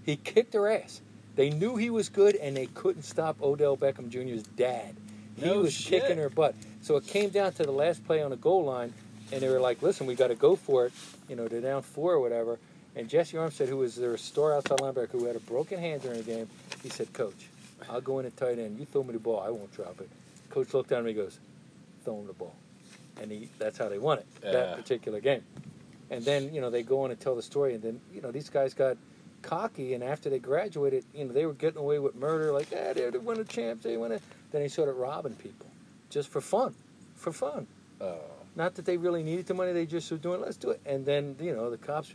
B: He kicked their ass. They knew he was good, and they couldn't stop Odell Beckham Jr.'s dad. He
A: No
B: was
A: shit.
B: kicking their butt. So it came down to the last play on the goal line, and they were like, listen, we got to go for it. You know, they're down four or whatever. And Jesse Armstead, who was their star outside linebacker who had a broken hand during the game, he said, Coach, I'll go in at tight end. You throw me the ball, I won't drop it. Coach looked down and he goes, throw him the ball. And he, that's how they won it,
A: Yeah.
B: that particular game. And then, you know, they go on and tell the story. And then, you know, these guys got cocky. And after they graduated, you know, they were getting away with murder. Like, ah, they they won a champ. They won a. Then they started robbing people just for fun. For fun.
A: Oh.
B: Not that they really needed the money. They just were doing, let's do it. And then, you know, the cops,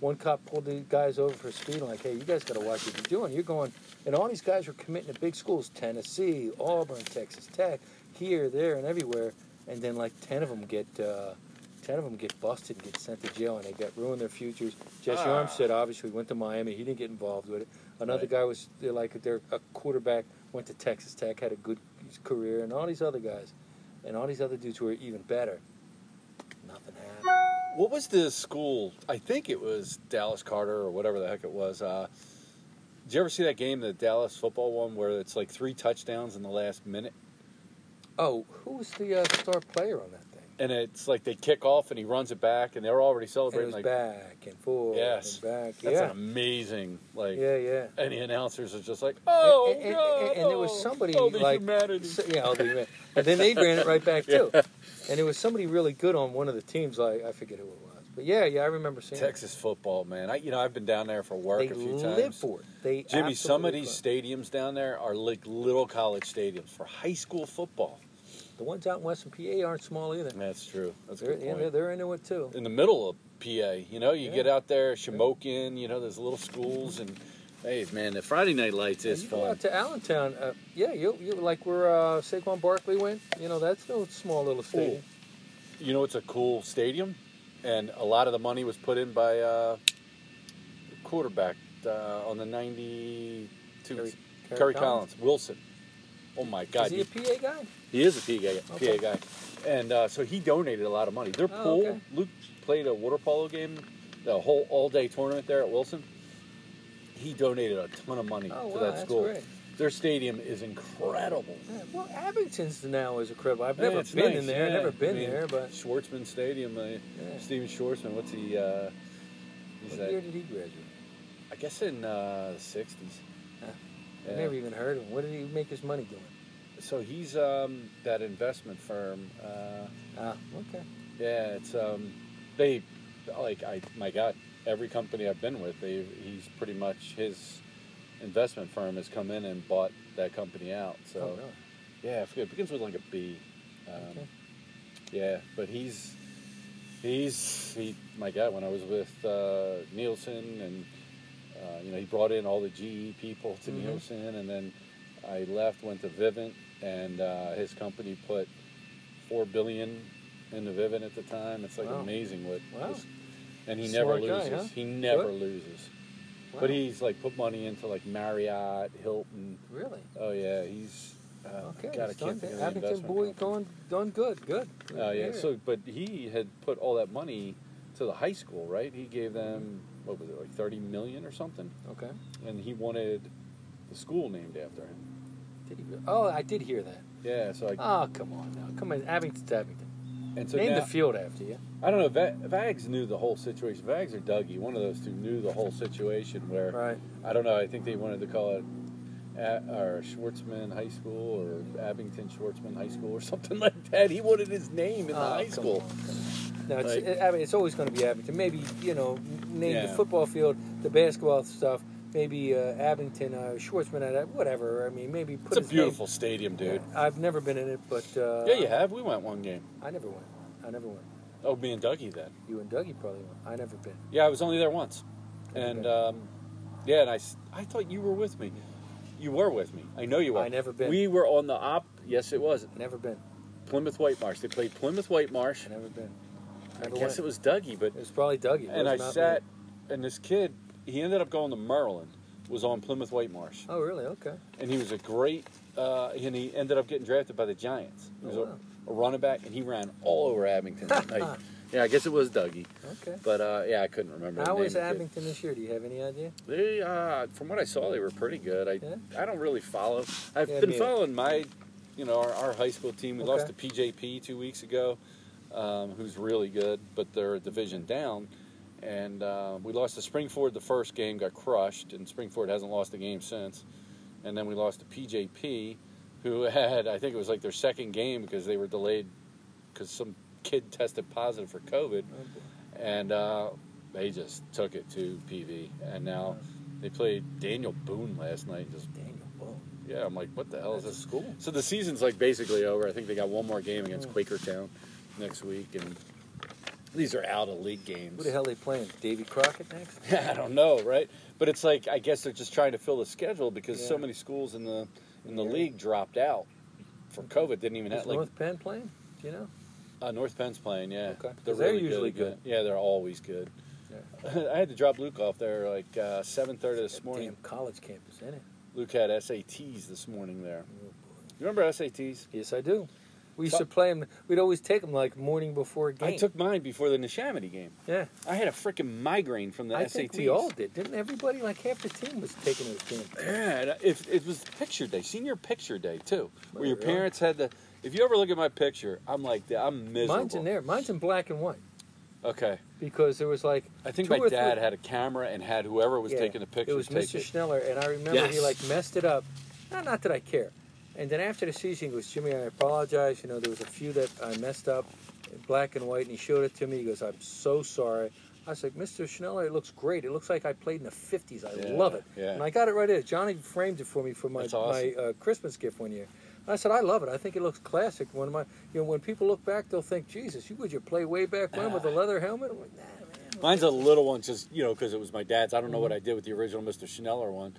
B: one cop pulled the guys over for speeding. Like, hey, you guys got to watch what you're doing. You're going, and all these guys were committing to big schools Tennessee, Auburn, Texas Tech, here, there, and everywhere. And then, like, 10 of them get. Uh, Ten of them get busted and get sent to jail, and they got ruined their futures. Jesse
A: Ah.
B: Armstead obviously went to Miami. He didn't get involved with it. Another
A: Right.
B: guy was they're like their a quarterback went to Texas Tech, had a good career, and all these other guys, and all these other dudes who were even better. Nothing happened.
A: What was the school? I think it was Dallas Carter or whatever the heck it was. Uh, did you ever see that game, the Dallas football one, where it's like three touchdowns in the last minute?
B: Oh, who was the uh, star player on that thing?
A: And it's like they kick off and he runs it back and they're already
B: And it
A: celebrating.
B: was
A: like
B: back and forth
A: Yes.
B: and back.
A: That's
B: yeah.
A: an amazing, like,
B: yeah, yeah.
A: and the announcers are just like, oh,
B: and, and-
A: God,
B: and- and there was
A: oh,
B: somebody
A: oh, the
B: like
A: humanity.
B: so- yeah, all the humanity. and then they ran it
A: *laughs*
B: right back too. And there was somebody really good on one of the teams. Like I forget who it was, but yeah, yeah, I remember seeing it.
A: Texas football, man. I, you know, I've been down there for work
B: They
A: a few
B: live
A: times.
B: for it. They
A: Jimmy, some of
B: absolutely
A: these
B: live.
A: stadiums down there are like little college stadiums for high school football.
B: The ones out in Western PA aren't small either.
A: That's true. That's a
B: They're,
A: good
B: yeah,
A: point.
B: they're, they're into it too.
A: in the middle of PA. You know, you
B: Yeah.
A: get out there, Shamokin. You know, there's little schools and. Hey man, the Friday night lights is
B: you go
A: fun.
B: out to Allentown, uh, yeah, you you like where uh, Saquon Barkley went. You know, that's no small little stadium.
A: You know, it's a cool stadium, and a lot of the money was put in by uh, the quarterback uh, on the '92 Curry,
B: Kerry- Kerry
A: Collins. Wilson. Oh my God,
B: Is he a PA guy? Oh,
A: He is a PA guy,
B: Okay.
A: PA guy. and uh, so he donated a lot of money. Their
B: Oh,
A: pool,
B: okay.
A: Luke played a water polo game, the whole all day tournament there at Wilson. He donated a ton of money
B: Oh
A: to
B: wow,
A: that
B: that's
A: school.
B: great.
A: Their stadium is incredible.
B: Yeah, Well, Abington's now is incredible. I've
A: Yeah,
B: never
A: it's
B: been
A: nice,
B: in there.
A: yeah.
B: Never been
A: I mean, *laughs*
B: there, but
A: Schwartzman Stadium, uh,
B: yeah.
A: Steven Schwartzman. What's he? Uh, he's
B: what year
A: that,
B: did he graduate?
A: I guess in uh, the sixties.
B: Huh. I never even heard of him. What did he make his money doing?
A: So he's um, that investment firm. Uh,
B: Ah, okay.
A: Yeah, it's um, they like I my God, every company I've been with, they he's pretty much his investment firm has come in and bought that company out. So
B: oh, really?
A: yeah, I forget, it begins with like a B. Um,
B: Okay.
A: Yeah, but he's he's he my God. When I was with uh, Nielsen and uh, you know he brought in all the GE people to
B: Mhm.
A: Nielsen, and then I left, went to Vivint, and uh, his company put four billion into Vivint at the time. It's like
B: Wow.
A: amazing what.
B: Wow.
A: this- and he
B: Smart
A: never
B: guy,
A: loses.
B: huh?
A: He never
B: Good.
A: loses.
B: Wow.
A: But he's like put money into like Marriott, Hilton.
B: really
A: Oh yeah, he's uh,
B: okay.
A: God, I
B: he's
A: can't
B: done,
A: think of the
B: Abington
A: investment
B: boy
A: company.
B: going done good. Good. Good
A: Oh yeah.
B: there.
A: So, but he had put all that money to the high school, right? He gave them what was it, like thirty million or something,
B: okay.
A: and he wanted the school named after him.
B: Did he? Really? Oh, I did hear that.
A: Yeah. So I
B: Oh, come on now. Come on, Abington's Abington.
A: and so
B: Name
A: now,
B: the field after you.
A: I don't know. Va- Vags knew the whole situation. Vags or Dougie, one of those two knew the whole situation. Where
B: Right.
A: I don't know. I think they wanted to call it. At, or Schwartzman High School or Abington Schwartzman High School or *laughs* something like that. He wanted his name in the
B: Oh,
A: high
B: come
A: school.
B: on, come on. No, it's,
A: Ah, Like-
B: I mean, it's always going to be Abington. Maybe, you know, name the
A: Yeah.
B: football field, the basketball stuff, maybe uh, Abington, uh, Schwartzman, uh, whatever. I mean, maybe put
A: It's a
B: his
A: beautiful stadium,
B: name.
A: dude.
B: I've never been in it, but. Uh,
A: Yeah, you have. We went one game.
B: I never went. I never went.
A: Oh, me and Dougie then.
B: You and Dougie probably went. I never been.
A: Yeah, I was only there once, and
B: Okay.
A: um, yeah, and I, s- I thought you were with me. You were with me. I know you were.
B: I never been.
A: We were on the op. Yes, it was
B: Never been.
A: Plymouth White Marsh. They played Plymouth White Marsh.
B: I never been.
A: I
B: Never
A: guess
B: went.
A: it was Dougie, but
B: It was probably Dougie.
A: and
B: It
A: I
B: was not
A: sat,
B: me.
A: and this kid, he ended up going to Maryland. Was on Plymouth White Marsh,
B: Oh, really? Okay.
A: and he was a great. Uh, and he ended up getting drafted by the Giants. He
B: Oh,
A: was
B: wow. *laughs*
A: a, a running back, and he ran all over Abington that night. Yeah, I guess it was Dougie.
B: Okay.
A: But uh, yeah, I couldn't remember.
B: How
A: the
B: is
A: name of the kid.
B: Abington this year? Do you have any idea?
A: They, uh, from what I saw, they were pretty good. I,
B: Yeah?
A: I don't really follow. I've
B: Yeah,
A: been
B: me neither.
A: following my, you know, our, our high school team. We lost to
B: Okay.
A: PJP two weeks ago, um, who's really good, but they're a division down. And uh, we lost to Springford the first game, got crushed, and Springford hasn't lost a game since. And then we lost to PJP, who *laughs* had, I think it was like their second game because they were delayed because some kid tested positive for COVID and uh, they just took it to PV. And now they played Daniel Boone last night. and Just
B: Daniel Bull.
A: yeah, I'm like, what the hell is
B: That's
A: this?
B: a school.
A: So the season's like basically over. I think they got one more game against
B: Mm.
A: Quakertown next week, and these are out of league games.
B: Who the hell are they playing? Davy Crockett next?
A: *laughs* I don't know, right? But it's like I guess they're just trying to fill the schedule because so
B: Yeah.
A: many schools in the in the
B: Yeah.
A: league dropped out for COVID. Didn't even
B: Is
A: have like
B: North Penn playing? Do you know?
A: Uh, North Penn's playing, yeah.
B: Okay. 'Cause they're usually
A: again. Yeah, they're always good. I had to drop Luke off there like uh, seven thirty this
B: That
A: morning.
B: Damn college campus, ain't it?
A: Luke had SATs this morning there.
B: Oh, boy.
A: You remember SATs?
B: Yes, I do. We used
A: So-
B: to play them. We'd always take them like morning before a game.
A: I took mine before the Neshaminy game.
B: yeah.
A: I had a freaking migraine from the
B: I
A: SATs.
B: think we all did. Didn't everybody? Like half the team was taking those damn tests.
A: Yeah, and if it was picture day, senior picture day too, where
B: Oh,
A: your
B: really?
A: parents had to. If you ever look at my picture, I'm like, I'm miserable.
B: Mine's in there. Mine's in black and white
A: Okay,
B: because there was like
A: I think
B: Two
A: my
B: or
A: dad
B: three-
A: had a camera and had whoever was
B: Yeah,
A: taking the picture.
B: It was
A: take
B: Mr. Schneller, and I remember he
A: Yes.
B: like messed it up. Not, not that I care. And then after the season, he goes, Jimmy, I apologize. You know, there was a few that I messed up, black and white, and he showed it to me. He goes, I'm so sorry. I was like, Mr. Schneller, it looks great. It looks like I played in the 50s. I
A: Yeah,
B: love it.
A: yeah.
B: And I got it right there. Johnny framed it for me for my,
A: That's awesome.
B: my uh, Christmas gift one year. And I said, I love it. I think it looks classic. One of my, you know, when people look back, they'll think, Jesus, you would you play way back when
A: Ah.
B: with a leather helmet? I'm like, nah, man.
A: Mine's a little one, just you know, because it was my dad's. I don't know what I did with the original Mr. Schneller one,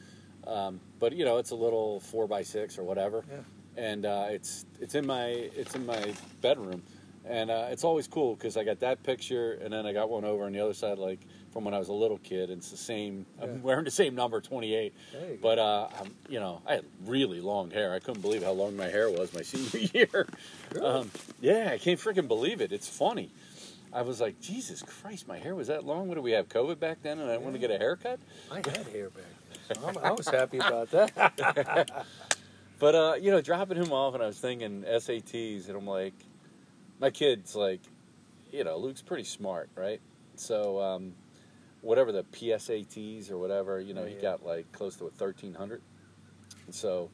A: um, but you know, it's a little four by six or whatever,
B: Yeah.
A: and uh, it's it's in my it's in my bedroom, and uh, it's always cool because I got that picture, and then I got one over on the other side, like from when I was a little kid. And it's the same.
B: Yeah.
A: I'm wearing the same number, twenty eight.
B: There you go.
A: But uh, I'm, you know, I had really long hair. I couldn't believe how long my hair was my *laughs* senior year. Um, yeah, I can't freaking believe it. It's funny. I was like, Jesus Christ, my hair was that long. What do we have COVID back then? And I want to get a haircut.
B: I had hair back then. So I'm, I was happy
A: *laughs*
B: about that.
A: But uh, you know, dropping him off, and I was thinking SATs, and I'm like, my kid's like, you know, Luke's pretty smart, right? So um, whatever the PSATs or whatever, you know, he
B: Yeah.
A: got like close to a 1300. And so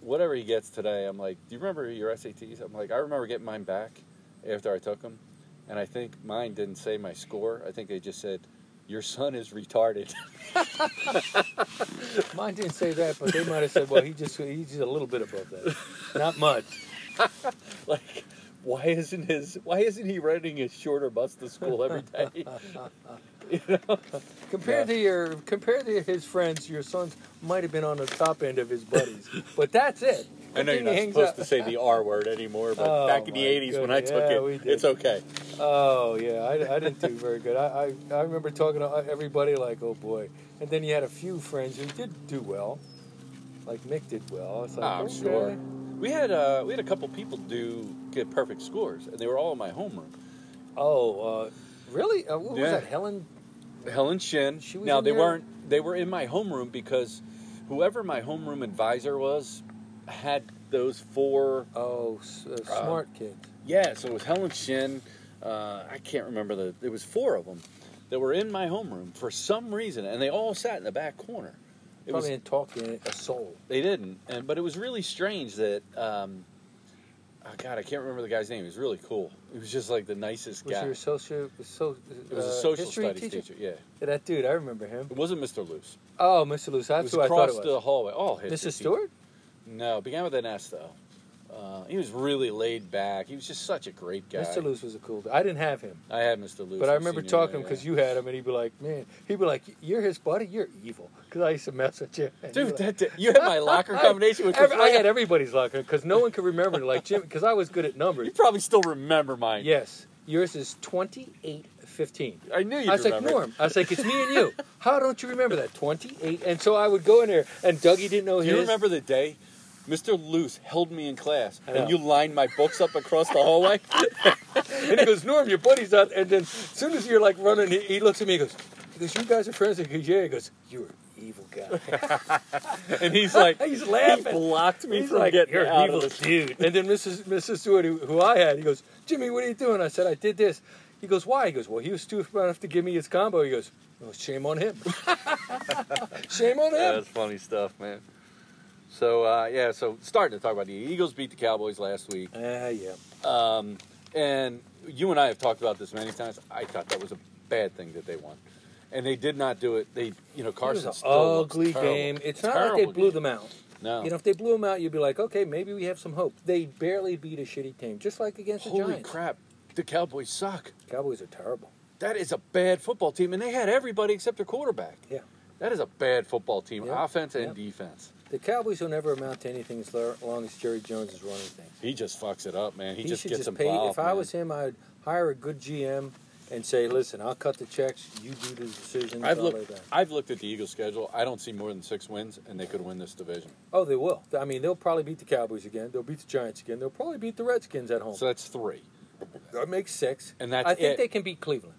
A: whatever he gets today, I'm like, do you remember your SATs? I'm like, I remember getting mine back after I took them, and I think mine didn't say my score. I think they just said. Your son is retarded. *laughs*
B: Mine didn't say that, but they might have said, "Well, he just he's just a little bit above that, not much."
A: *laughs* like, why isn't his? Why isn't he riding a shorter bus to school every *laughs* day?
B: Compared to your compared to his friends, your sons might have been on the top end of his buddies, but that's it.
A: I know you're
B: Good
A: not
B: thing he hangs
A: supposed
B: out-
A: to say the R word anymore, but
B: Oh,
A: back in the
B: my
A: 80s when I
B: goodness.
A: took
B: Yeah, we
A: it,
B: did.
A: it's okay.
B: Oh yeah, I, I didn't do very good. I, I, I remember talking to everybody like, "Oh boy," and then you had a few friends who did do well, like Mick did well. It's like,
A: I'm
B: okay.
A: sure. We had uh, we had a couple people do get perfect scores, and they were all in my homeroom.
B: Oh, uh, really? Uh, what was
A: Yeah.
B: that? Helen
A: Helen Shin.
B: She was
A: now
B: in
A: they
B: there?
A: weren't. They were in my homeroom because whoever my homeroom advisor was had those four
B: Oh, s- uh, smart kids.
A: Yeah, so it was Helen Shin. Uh, I can't remember the. There was four of them that were in my homeroom for some reason, and they all sat in the back corner. It
B: Probably
A: was
B: didn't talk in a soul.
A: they didn't, and but it was really strange that. Um, oh God, I can't remember the guy's name. He was really cool. He was just like the nicest
B: Was
A: guy.
B: your social? So,
A: it was
B: uh,
A: a social
B: history
A: studies teacher? Yeah,
B: Yeah, that dude, I remember him.
A: it wasn't Mr. Luce.
B: Oh, Mr. Luce,
A: It
B: that's
A: was
B: who I thought
A: across
B: it
A: the
B: was.
A: hallway. Oh, history
B: Mrs.
A: teacher.
B: Stewart?
A: No, it began with an S though. Uh, he was really laid back. He was just such a great guy.
B: Mr. Luce was a cool dude. I didn't have him,
A: I had Mr. Luce.
B: but I
A: in
B: remember
A: senior
B: talking
A: year,
B: to him because
A: yeah.
B: you had him, and he'd be like, "Man," he'd be like, "You're his buddy. You're evil." Because I used to mess with you,
A: *laughs*
B: And he'd be
A: Dude,
B: like-
A: that, that- you had my
B: *laughs*
A: locker *laughs* combination, which was
B: Every- I
A: like-
B: had everybody's locker because no one could remember. Like Jim, because I was good at
A: *laughs*
B: numbers.
A: You probably still remember mine.
B: Yes, yours is twenty-eight fifteen.
A: I knew you.
B: I was like,
A: remember.
B: Norm, I was like, it's me and you. *laughs* How don't you remember that? 28. And so I would go in there, and Dougie didn't know
A: Do
B: his.
A: you remember the day Mr. Luce held me in class
B: I
A: and
B: know. *laughs*
A: you lined my books up across the hallway?
B: And he goes, Norm, your buddy's out. And then as soon as you're like running, he, he looks at me and goes, he goes, you guys are friends? He goes, yeah. He goes, you're an evil guy.
C: and he's like,
B: He's
C: he
B: laughing.
C: blocked me
B: He's
C: from
B: like,
C: getting
B: "You're an
C: out of
B: evil
C: this dude.
B: And then Mrs. Mrs. Stewart, who, who I had, he goes, Jimmy, what are you doing? I said, I did this. He goes, why? He goes, well, he was stupid enough to give me his combo. He goes, well, shame
A: *laughs*
B: on him. shame on
C: Yeah,
B: him.
C: that's funny stuff, man.
A: So uh, yeah, so starting to talk about the Eagles beat the Cowboys last week,
B: Ah, yeah.
A: um, and you and I have talked about this many times. I thought that was a bad thing that they won, and they did not do it. They, you know,
B: It
A: Carson
B: was an
A: still looks
B: ugly
A: terrible.
B: game. It's not like they
A: Terrible
B: blew
A: game.
B: them out.
A: No,
B: You know, if they blew them out, you'd be like, okay, maybe we have some hope. They barely beat a shitty team, just like against the
A: holy
B: Giants.
A: crap, the Cowboys suck.
B: Cowboys are terrible.
A: That is a bad football team, and they had everybody except their quarterback.
B: Yeah.
A: That is a bad football team,
B: Yeah.
A: offense and
B: Yeah.
A: defense.
B: The Cowboys will never amount to anything as lo- long as Jerry Jones is running things.
A: He just fucks it up, man. He,
B: He
A: just
B: should
A: gets
B: just
A: them
B: pay.
A: involved.
B: if I
A: man.
B: was him, I'd hire a good GM and say, "Listen, I'll cut the checks. You do the decisions."
A: I've
B: I'll lay
A: looked.
B: down."
A: I've looked at the Eagles' schedule. I don't see more than six wins, and they could win this division.
B: Oh, they will. I mean, they'll probably beat the Cowboys again. They'll beat the Giants again. They'll probably beat the Redskins at home.
A: So that's three,
B: that makes six.
A: and that's
B: I think
A: it.
B: they can beat Cleveland.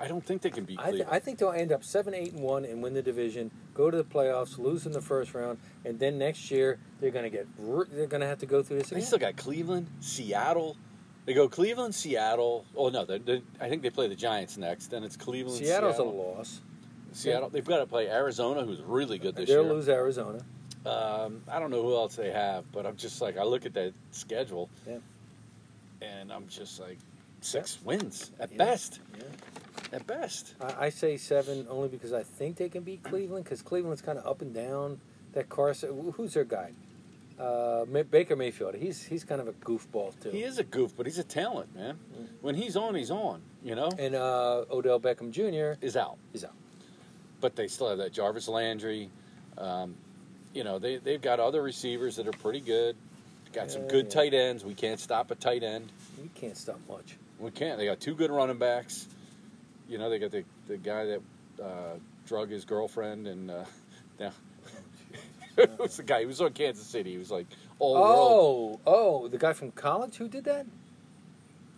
A: I don't think they can beat
B: I, th-
A: Cleveland.
B: I think they'll end up seven, eight, and one, and win the division. Go to the playoffs, lose in the first round, and then next year they're going to get. r- They're going to have to go through this
A: they
B: again.
A: still got Cleveland, Seattle. They go Cleveland, Seattle. Oh no, they they I think they play the Giants next, and it's Cleveland,
B: Seattle's a
A: Seattle.
B: loss.
A: Seattle. They've got to play Arizona, who's really good this
B: They'll
A: year.
B: lose Arizona.
A: Um, I don't know who else they have, but I'm just like I look at that schedule,
B: Yeah.
A: and I'm just like six wins at
B: Yeah.
A: best.
B: Yeah.
A: At best.
B: I, I say seven only because I think they can beat Cleveland because Cleveland's kind of up and down. That Carson, who's their guy? Uh, Ma- Baker Mayfield. He's he's kind of a goofball too.
A: He is a goof, but he's a talent, man. When he's on, he's on. You know,
B: Mm-hmm. And uh, Odell Beckham Jr.
A: is out.
B: is out.
A: But they still have that Jarvis Landry. Um, you know, they they've got other receivers that are pretty good. Got some
B: Yeah,
A: good
B: yeah.
A: tight ends. We can't stop a tight end.
B: He can't stop
A: *laughs*
B: much.
A: We can't. They got two good running backs. You know, they got the the guy that uh, drug his girlfriend and. Uh, now- *laughs*
B: Uh,
A: it was the guy. He was on Kansas City. He was like all world.
B: Oh, oh, the guy from college who did that?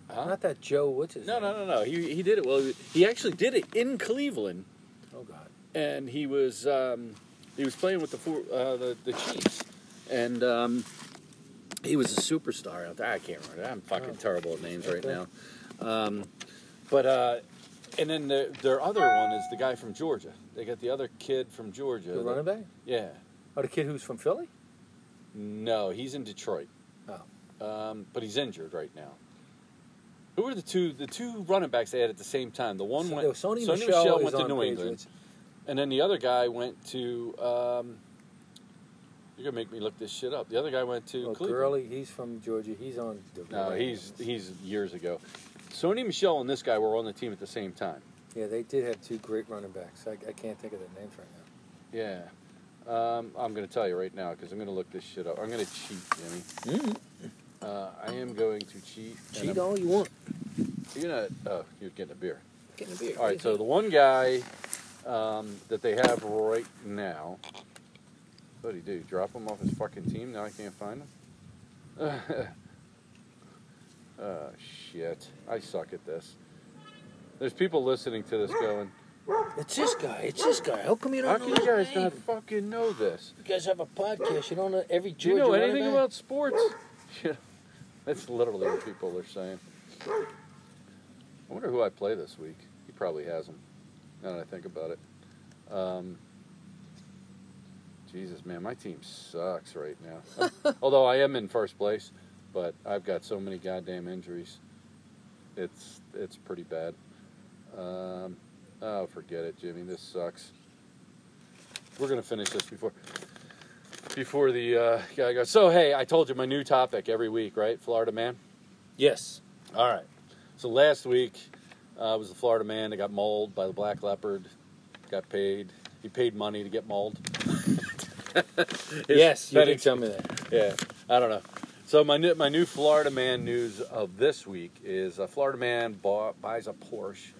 A: Huh?
B: Not that Joe. What's his
A: No,
B: name?
A: no, no, no. He he did it. Well, he actually did it in Cleveland.
B: Oh God.
A: and he was um, he was playing with the four, uh, the, the Chiefs, and um, he was a superstar out there. I can't remember. I'm fucking
B: Oh.
A: terrible at names right
B: Okay.
A: now. Um, but uh, and then the, their other one is the guy from Georgia. They got the other kid from Georgia.
B: The running back?
A: Yeah.
B: Oh, the kid who's from Philly?
A: No, he's in Detroit.
B: Oh.
A: Um, but he's injured right now. Who were the two the two running backs they had at the same time? The one
B: So-
A: went
B: Sony,
A: Sonny
B: Michelle, is
A: went to
B: on
A: New
B: Patriots.
A: England. And then the other guy went to. Um, you're gonna make me look this shit up. The other guy went to
B: Oh,
A: Cleveland.
B: Gurley, he's from Georgia. He's on. The
A: No, he's he's years ago. Sony Michelle and this guy were on the team at the same time.
B: Yeah, they did have two great running backs. I, I can't think of their names right now.
A: Yeah, um, I'm gonna tell you right now because I'm gonna look this shit up. I'm gonna cheat, Jimmy. Uh, I am going to cheat. and
B: Mm-hmm. Cheat
A: I'm-
B: all you want.
A: You're gonna. Oh, you're getting a beer.
B: Getting a beer.
A: All right. So the one guy um, that they have right now. What do he do? Drop him off his fucking team? Now I can't find him. *laughs* oh shit! I suck at this. There's people listening to this going,
B: It's this guy. It's this guy. How come you
A: "How
B: don't
A: can
B: know
A: you
B: his
A: guys
B: name?
A: not fucking know this?
B: You guys have a podcast. You don't know every
A: Do
B: Georgia
A: you know
B: running
A: anything
B: back?
A: about sports?" *laughs* You know, That's literally what people are saying. I wonder who I play this week. He probably has them. Now that I think about it. Um, Jesus, man, my team sucks right *laughs* now. Although I am in first place, but I've got so many goddamn injuries. It's it's pretty bad. Um, oh, forget it, Jimmy. This sucks. We're gonna finish this before before the uh, guy goes. So hey, I told you my new topic every week, right? Florida man.
B: Yes.
A: All right. So last week uh, was the Florida man that got mauled by the black leopard. Got paid. He paid money to get mauled. *laughs*
B: yes, you
A: that
B: did
A: ex-
B: tell me that.
A: Yeah, I don't know. So my new, my new Florida man news of this week is a Florida man bought, buys a Porsche,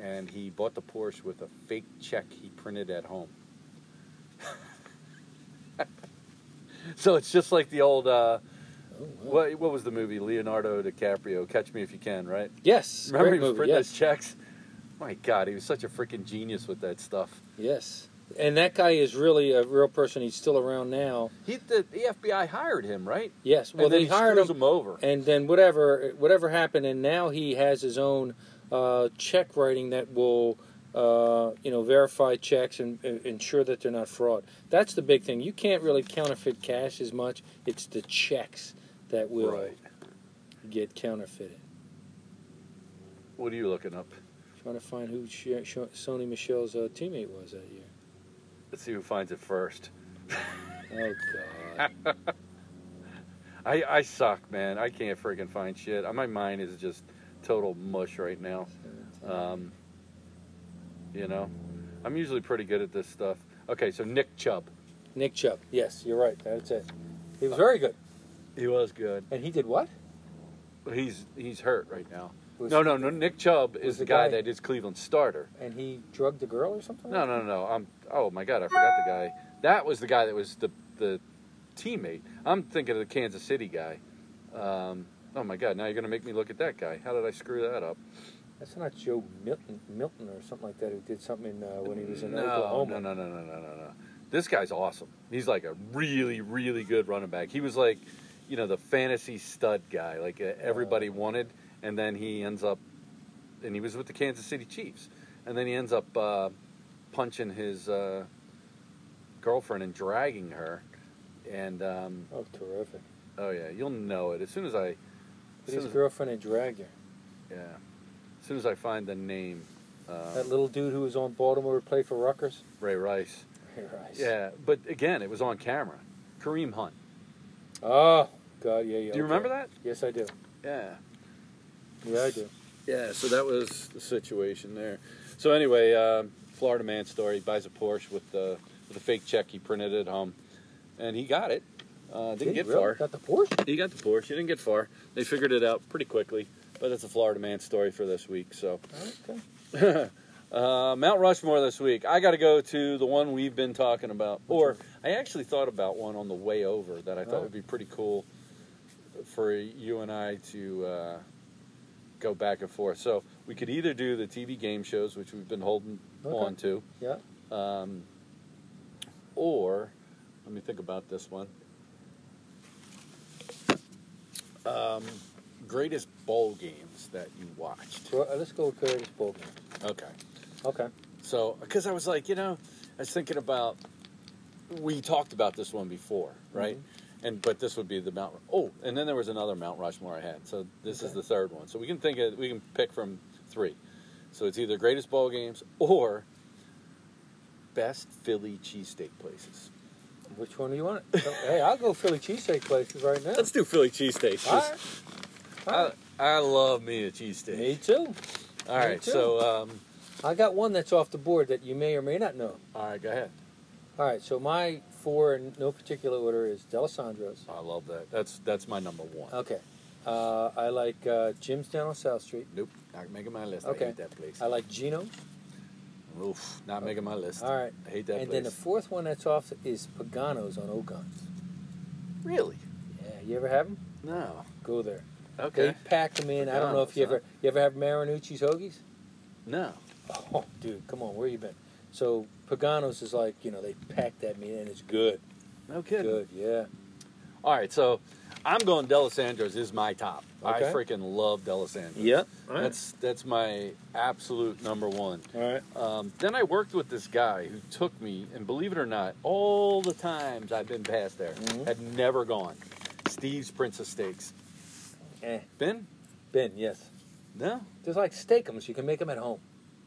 A: and he bought the Porsche with a fake check he printed at home. *laughs* so it's just like the old uh,
B: Oh,
A: What what was the movie Leonardo DiCaprio? Catch Me If You Can, right?
B: Yes.
A: Remember
B: great
A: he was
B: movie,
A: printing
B: yes.
A: those checks. My God, he was such a freaking genius with that stuff.
B: Yes. And that guy is really a real person. He's still around now.
A: He the, the FBI hired him, right?
B: Yes. Well,
A: and then
B: they
A: he
B: hired
A: screws
B: him,
A: over.
B: and then whatever whatever happened, and now he has his own uh, check writing that will. Uh, you know, verify checks and, and ensure that they're not fraud. That's the big thing. You can't really counterfeit cash as much. It's the checks that will
A: Right.
B: get counterfeited.
A: What are you looking up?
B: Trying to find who Sh- Sh- Sony Michelle's uh, teammate was that year.
A: Let's see who finds it first.
B: Oh God!
A: I, I suck, man. I can't freaking find shit. Uh, My mind is just total mush right now.
B: Uh,
A: Um, you know, I'm usually pretty good at this stuff. Okay, so Nick Chubb.
B: Nick Chubb. Yes, you're right. That's it. He was very good.
A: He was good.
B: And he did what?
A: He's he's hurt right now.
B: Was-
A: no, no, no. Nick Chubb is
B: the
A: the guy,
B: guy-
A: that is Cleveland starter.
B: And he drugged the girl or something?
A: No, no, no. I'm. Oh my God, I forgot the guy. That was the guy that was the the teammate. I'm thinking of the Kansas City guy. Um, oh my God, now you're gonna make me look at that guy. How did I screw that up?
B: That's not Joe Milton, Milton or something like that who did something in, uh, when he was in
A: no,
B: Oklahoma.
A: No, no, no, no, no, no, no. This guy's awesome. He's like a really, really good running back. He was like, you know, the fantasy stud guy, like uh,
B: Oh.
A: everybody wanted, and then he ends up, and he was with the Kansas City Chiefs, and then he ends up uh, punching his uh, girlfriend and dragging her, and um,
B: Oh, terrific.
A: oh yeah, you'll know it as soon as I, as
B: But
A: soon
B: his
A: as,
B: girlfriend had dragged her.
A: yeah, as soon as I find the name, uh,
B: That little dude who was on Baltimore who played for Rutgers. *laughs*
A: Ray Rice.
B: Ray Rice.
A: Yeah, but again, it was on camera. Kareem Hunt.
B: Oh, God, yeah, yeah.
A: Do you remember that?
B: Yes, I do.
A: Yeah.
B: Yeah, I do.
A: Yeah, so that was the situation there. So anyway, um, Florida man story. He buys a Porsche with the with a fake check he printed at home, and he got it. Uh, didn't
B: Did he
A: get
B: really?
A: far.
B: Got the Porsche?
A: He got the Porsche. He didn't get far. They figured it out pretty quickly. But it's a Florida man story for this week. So
B: Okay.
A: uh, Mount Rushmore this week. I got to go to the one we've been talking about, or I actually thought about one on the way over that I thought
B: Oh.
A: would be pretty cool for you and I to uh, go back and forth. So we could either do the TV game shows, which we've been holding
B: Okay.
A: on to,
B: Yeah.
A: um, or let me think about this one. Um, greatest bowl games that you watched.
B: Well, uh, let's go with Curtis Bowman.
A: Okay.
B: Okay.
A: So, because I was like, you know, I was thinking about we talked about this one before, right? And but this would be the Mount. Oh, and then there was another Mount Rushmore I had. So this is
B: Okay.
A: the third one. So we can think of we can pick from three. So it's either greatest ball games or best Philly cheesesteak places.
B: Which one do you want? hey, I'll go Philly cheesesteak places right now.
A: Let's do Philly cheesesteaks.
B: All right. All
A: I,
B: right.
A: I love me a
B: Me
A: cheesesteak.
B: too.
A: All right,
B: too.
A: so um,
B: I got one that's off the board that you may or may not know.
A: all right, go ahead.
B: All right, so my four in no particular order is Delisandro's.
A: I love that. That's that's my number one.
B: Okay. Uh, I like uh, Jim's down on South Street.
A: Nope, not making my list.
B: Okay.
A: I hate that place.
B: I like Gino's.
A: Oof, not making my list.
B: All right.
A: I hate that
B: and
A: place.
B: then the fourth one that's off is Pagano's on Ocon's.
A: really?
B: Yeah, you ever have them?
A: No.
B: Go there.
A: Okay.
B: They pack them in. I don't know if you ever
A: Pagano's,
B: you ever have Marinucci's hoagies.
A: No.
B: Oh, dude, come on, where you been? So Pagano's is like you know they pack that meat and it's good,
A: No kidding.
B: good, yeah.
A: All right, so I'm going Delisandro's is my top. I
B: Okay.
A: freaking love Delisandro's. That's that's my absolute number one.
B: all right.
A: Um, then I worked with this guy who took me, and believe it or not, all the times I've been past there,
B: Mhm.
A: had never gone. Steve's Princess Steaks.
B: Eh,
A: Been?
B: Ben, yes.
A: No.
B: There's like steakums. You can make them at home.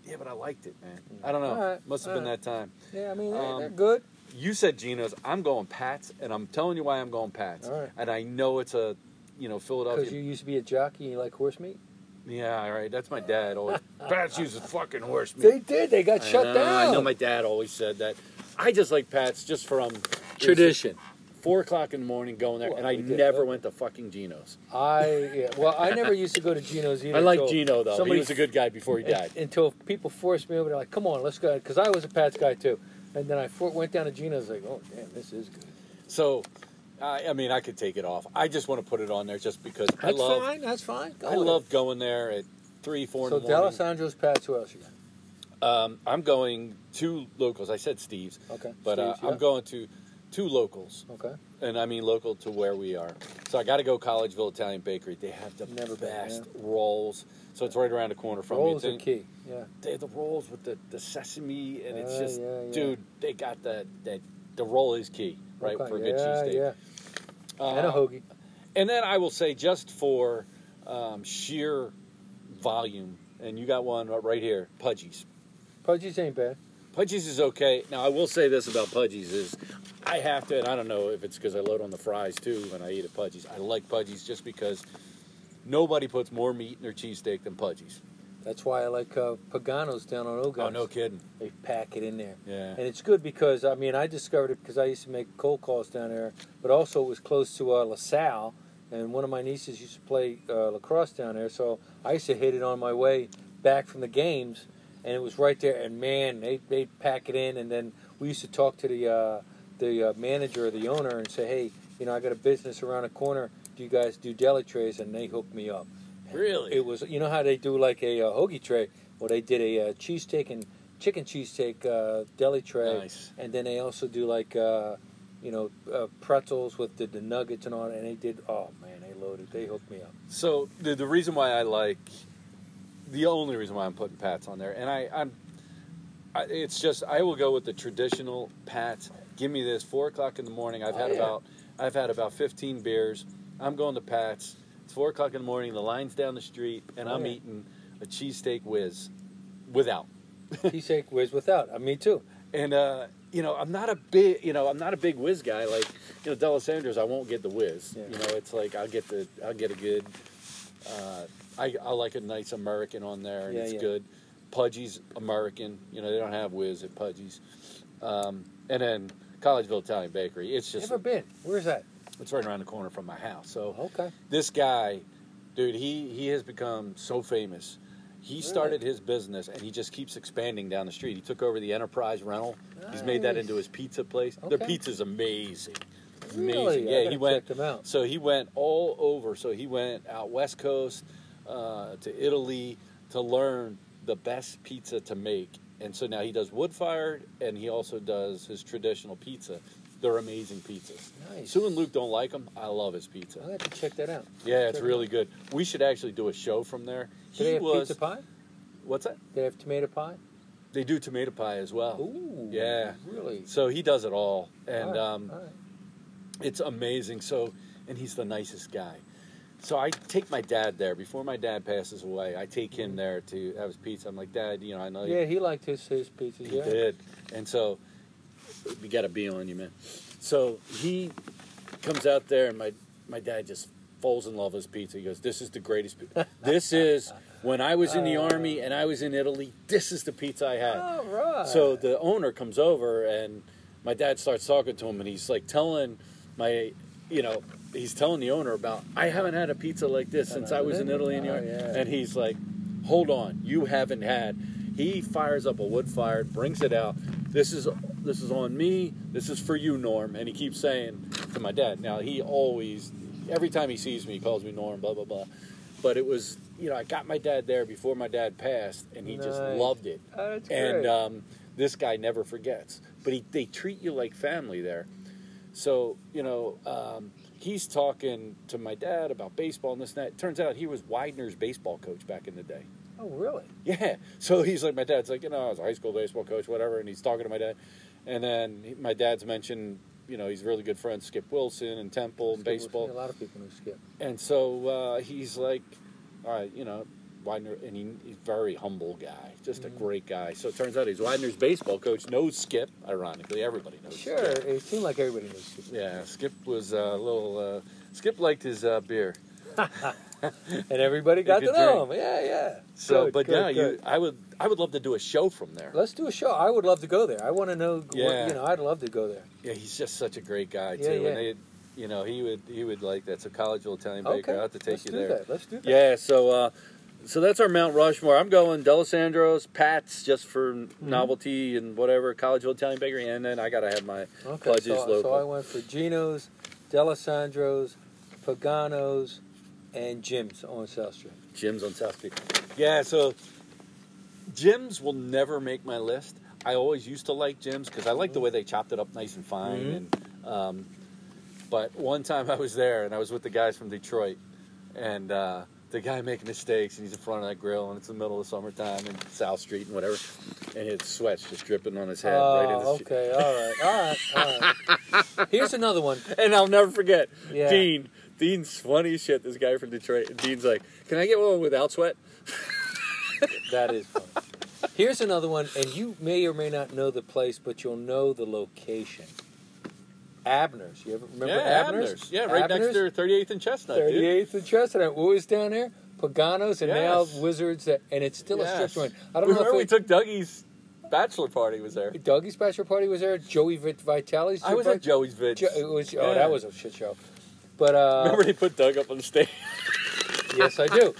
A: Yeah, but I liked it, man. I don't know.
B: All right, Uh,
A: Must have
B: all
A: been
B: right.
A: that time.
B: Yeah, I mean
A: they're-
B: they're
A: they're
B: good.
A: you said Geno's. I'm going Pats, and I'm telling you why I'm going Pats.
B: All right.
A: And I know it's a, you know, Philadelphia.
B: Because you used to be a jockey and you like horse meat?
A: yeah, all right. That's my dad
B: *laughs*
A: always. Pats uses fucking horse meat.
B: They did. They got
A: I
B: shut
A: know,
B: down.
A: I know my dad always said that. I just like Pats just from Four o'clock in the morning going there,
B: Well,
A: and I
B: we did
A: never
B: that.
A: went to fucking Geno's.
B: I yeah, well, I never used to go to Geno's either.
A: I like
B: until
A: Gino though.
B: Somebody
A: he was a good guy before he died.
B: until people forced me over. They're like, "Come on, let's go," because I was a Pats guy too. And then I for, went down to Geno's. Like, oh damn, this is good.
A: So, I, I mean, I could take it off. I just want to put it on there just because I
B: That's
A: love.
B: fine. That's fine. Go
A: I
B: with
A: love going there at three,
B: it.
A: four
B: So
A: in the morning.
B: Delos Angeles Pats. Who else you got?
A: Um, I'm going two locals. I said Steve's,
B: Okay.
A: but uh,
B: Steve's, yeah.
A: I'm going to two locals,
B: Okay.
A: and I mean local to where we are. So I got to go Collegeville Italian Bakery. They have the
B: Never been,
A: best
B: yeah.
A: rolls. So it's right around the corner from
B: Rolls
A: me.
B: are key. Yeah.
A: They have the rolls with the, the sesame, and it's
B: Ah,
A: just,
B: yeah, yeah.
A: dude, they got the, the the roll is key, right,
B: Okay.
A: for a
B: yeah,
A: good cheesesteak.
B: Yeah.
A: Uh,
B: and a hoagie.
A: and then I will say, just for um, sheer volume, and you got one right here, Pudgies.
B: Pudgies ain't bad.
A: Pudgies is okay. Now I will say this about Pudgies is I have to, and I don't know if it's because I load on the fries too when I eat at Pudgies. I like Pudgies just because nobody puts more meat in their cheesesteak than Pudgies.
B: That's why I like uh, Pagano's down on Ogun.
A: Oh, no kidding.
B: They pack it in there.
A: Yeah.
B: And it's good because I mean I discovered it because I used to make cold calls down there, but also it was close to uh, LaSalle, and one of my nieces used to play uh, lacrosse down there, so I used to hit it on my way back from the games, and it was right there. And man, they they pack it in, and then we used to talk to the uh, the uh, manager or the owner and say, hey, you know I got a business around the corner. Do you guys do deli trays? And they hooked me up.
A: Really?
B: It was you know how they do like a uh, hoagie tray. Well, they did a uh, cheesesteak and chicken cheesesteak uh, deli tray,
A: Nice.
B: and then they also do like uh, you know uh, pretzels with the, the nuggets and all. And they did oh man, they loaded. They hooked
A: *laughs*
B: me up.
A: So the, the reason why I like the only reason why I'm putting Pats on there, and I, I'm, I, it's just I will go with the traditional Pats. Give me this four o'clock in the morning. I've
B: Oh,
A: had
B: yeah.
A: about I've had about 15 beers. I'm going to Pats. It's four o'clock in the morning. The line's down the street, and
B: Oh,
A: I'm
B: yeah.
A: eating a cheesesteak whiz without.
B: Cheesesteak was without. I me too.
A: And uh, you know, I'm not a big you know I'm not a big whiz guy. Like you know, Delisandro's, I won't get the whiz.
B: Yeah.
A: You know, it's like I'll get the I'll get a good. Uh, I I like a nice American on there, and
B: Yeah,
A: it's
B: yeah.
A: good. Pudgy's American. You know, they don't have whiz at Pudgy's. Um, and then Collegeville Italian Bakery. It's just
B: Never been. Where's that?
A: it's right around the corner from my house. So
B: Okay.
A: this guy, dude, he he has become so famous. He started his business and he just keeps expanding down the street. He took over the Enterprise Rental. He's made that
B: Nice.
A: into his pizza place. Their
B: Okay.
A: pizza's amazing. It's
B: Really?
A: Amazing.
B: I
A: Yeah,
B: gotta
A: he went
B: check them out.
A: so he went all over. So he went out west coast uh, to Italy to learn the best pizza to make. And so now he does wood fired, and he also does his traditional pizza. They're amazing pizzas.
B: Nice. Oh,
A: Sue and Luke don't like them. I love his
B: I'll
A: pizza.
B: have to check that out.
A: Yeah, it's
B: Check it
A: really good. We should actually do a show from there.
B: Do they have pizza pie?
A: What's that?
B: Do they have tomato pie?
A: They do tomato pie as well.
B: Ooh.
A: Oh, Yeah.
B: Really.
A: So he does it all,
B: All
A: and
B: right,
A: um,
B: all right.
A: it's amazing. So, and he's the nicest guy. So I take my dad there before my dad passes away. I take
B: Mm-hmm.
A: him there to have his pizza. I'm like, Dad, you know, I know you
B: yeah, he liked his his pizza.
A: He
B: yeah.
A: did. And so we got a B on you, man. So he comes out there, and my my dad just falls in love with his pizza. He goes, "This is the greatest. Pizza. this is when I was in the army and I was in Italy. This is the pizza I had."
B: All right.
A: So the owner comes over and my dad starts talking to him and he's like telling my, you know, he's telling the owner about I haven't had a pizza like this since I was in Italy and
B: Oh,
A: Europe.
B: yeah.
A: And he's like, hold on, you haven't had. He fires up a wood fire, brings it out. This is this is on me. This is for you, Norm. And he keeps saying to my dad. Now he always, every time he sees me, he calls me Norm. Blah blah blah. But it was, you know, I got my dad there before my dad passed, and he just
B: Nice.
A: loved it
B: Oh, that's
A: and
B: great.
A: um, this guy never forgets. But he, they treat you like family there. So you know, um, he's talking to my dad about baseball and this and that. Turns out he was Widener's baseball coach back in the day. *laughs*
B: oh, really?
A: Yeah. So he's like, my dad's like, you know, I was a high school baseball coach, whatever. And he's talking to my dad, and then he- my dad's mentioned, you know, he's really good friends Skip Wilson and Temple and
B: Skip was-
A: baseball.
B: A lot of people who skip.
A: And so uh, he's like, all right, you know, Widener, and he, he's a very humble guy, just
B: Mm-hmm.
A: a great guy. So it turns out he's Widener's baseball coach, knows Skip, ironically. Everybody knows
B: Sure,
A: Skip.
B: it seemed like everybody knew skip.
A: Yeah, Skip was uh, a little, uh, Skip liked his uh, beer.
B: and everybody got to
A: could
B: know him. Yeah, yeah.
A: So,
B: Good,
A: but
B: good,
A: yeah, you,
B: good.
A: I would, I would love to do a show from there.
B: Let's do a show. I would love to go there. I want to know.
A: Yeah.
B: What, you know, I'd love to go there.
A: Yeah, he's just such a great guy
B: Yeah,
A: too,
B: yeah.
A: and they, you know, he would, he would like that. So, Collegeville Italian Baker,
B: okay.
A: I'll have to take
B: Let's
A: you
B: do
A: there.
B: That. Let's do
A: *laughs*
B: that.
A: Yeah, so uh, so that's our Mount Rushmore. I'm going Delisandro's, Pat's just for novelty and whatever, Collegeville Italian Bakery, and then I gotta have my
B: Okay.
A: Pudge's
B: so, so
A: local.
B: I went for Gino's, D'Alessandro's, Pagano's, and Jim's on South Street.
A: Jim's on South Street. Yeah, so Jim's will never make my list. I always used to like Jim's because I like the way they chopped it up nice and fine.
B: Mm-hmm.
A: And um, but one time I was there and I was with the guys from Detroit, and uh, the guy making mistakes and he's in front of that grill and it's in the middle of summertime and South Street and whatever, and his sweat's just dripping on his head right in
B: Oh,
A: his
B: okay, all right, all right, all right.
A: *laughs*
B: Here's another one.
A: And I'll never forget
B: Yeah.
A: Dean. Dean's funny as shit. This guy from Detroit. Dean's like, "Can I get one without sweat?"
B: That is fun. Here's another one, and you may or may not know the place, but you'll know the location. Abner's. You ever remember
A: yeah,
B: Abner's?
A: Abner's. Yeah, right
B: Abner's,
A: next to 38th and Chestnut. dude.
B: 38th and Chestnut. What was down there? Paganos and
A: Yes.
B: now Wizards, that- and it's still a strip
A: Yes.
B: joint. I don't know
A: Remember
B: if
A: we
B: it-
A: took Dougie's bachelor party was there.
B: Dougie's bachelor party was there. Joey Vit- Vitale's.
A: I was at Joey's vid.
B: Jo- it was, Oh,
A: Yeah.
B: that was a shit show. But uh,
A: *laughs* Remember they put Doug up on stage.
B: yes, I do.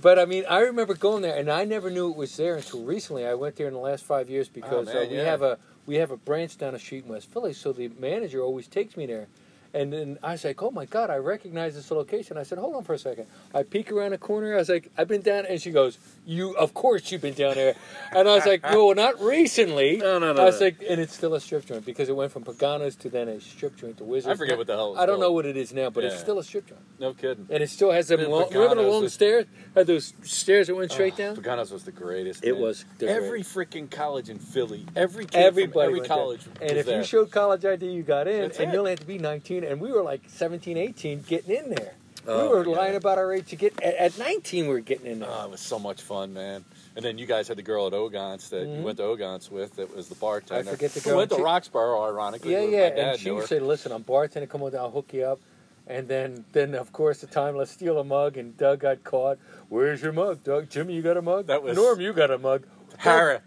B: But I mean, I remember going there, and I never knew it was there until recently. I went there in the last five years because uh,
A: Oh, man,
B: we
A: yeah.
B: have a we have a branch down the street in West Philly, so the manager always takes me there. And then I was like, "Oh my God, I recognize this location." I said, "Hold on for a second. I peek around the corner. I was like, "I've been down," and she goes, "You, of course, you've been down there." And I was like,
A: *laughs*
B: "No, not recently."
A: No, no, no,
B: I was
A: no.
B: like, and it's still a strip joint because it went from Pagano's to then a strip joint to Wizards.
A: I forget what the hell. It was
B: I don't know
A: called.
B: what it is now, but it's
A: Yeah.
B: still a strip joint.
A: No kidding.
B: And it still has them
A: Man,
B: long, remember the
A: Pagano's
B: long
A: was- Oh,
B: stairs? Had those stairs that went straight down?
A: Pagano's was the greatest.
B: It
A: man.
B: was the
A: every freaking college in Philly. Every kid
B: Everybody
A: from every
B: went there.
A: college.
B: And
A: was
B: if
A: there.
B: you showed college ID, you got in,
A: That's
B: and
A: it.
B: you only had to be 19. And we were like 17, 18 getting in there.
A: Oh,
B: we were
A: my God.
B: lying about our age to get at, at 19. We were getting in there.
A: Oh, it was so much fun, man. And then you guys had the girl at Ogons that you went to Ogons with that was the bartender.
B: Mm-hmm. I forget the
A: We
B: girl.
A: went to
B: She-
A: Roxborough, ironically.
B: yeah,
A: with
B: yeah.
A: My dad
B: And she
A: knew
B: would
A: her.
B: say, "Listen, I'm bartending. Come on down, I'll hook you up." And then, then of course, the time let's steal a mug. And Doug got caught. Where's your mug, Doug? Jimmy, you got a mug?
A: That was-
B: Norm. You got a mug? *laughs*
A: Hara.